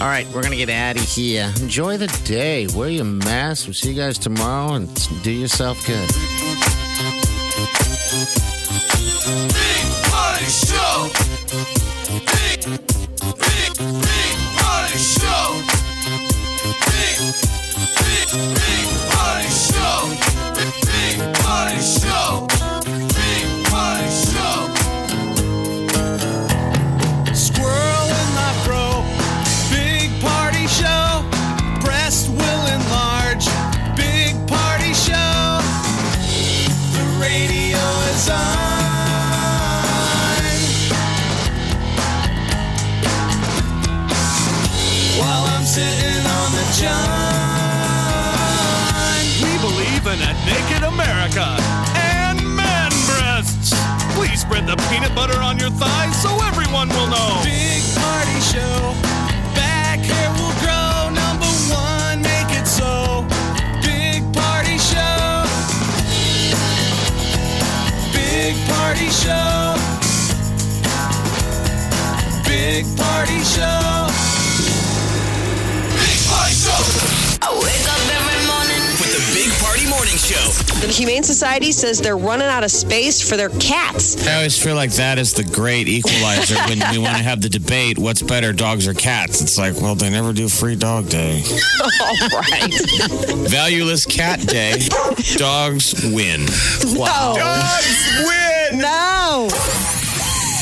all right, we're going to get out of here. Enjoy the day. Wear your mask. We'll see you guys tomorrow and do yourself good. Big Party Show. Big, big, big Party Show. Big, big, big Party Show. Big, big Party Show. Big Party Show. Squirrel in my bro. Big Party Show. Breast will enlarge. Big Party Show. The radio is on. While I'm sitting on the john. We believe in a naked America and man breasts. Please spread the peanut butter on your thighs so everyone will know. Big party show. Back hair will grow. Number one, make it so. Big party show. Big party show. Big party show. Big party show. I wake up every morning with the Big Party Morning Show. The Humane Society says they're running out of space for their cats. I always feel like that is the great equalizer when we want to have the debate what's better, dogs or cats? It's like, well, they never do free dog day. All right. Valueless cat day. Dogs win. Wow. win. No.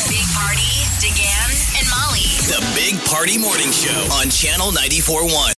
Big Party, DeGan, and Molly. The Big Party Morning Show on Channel 94.1.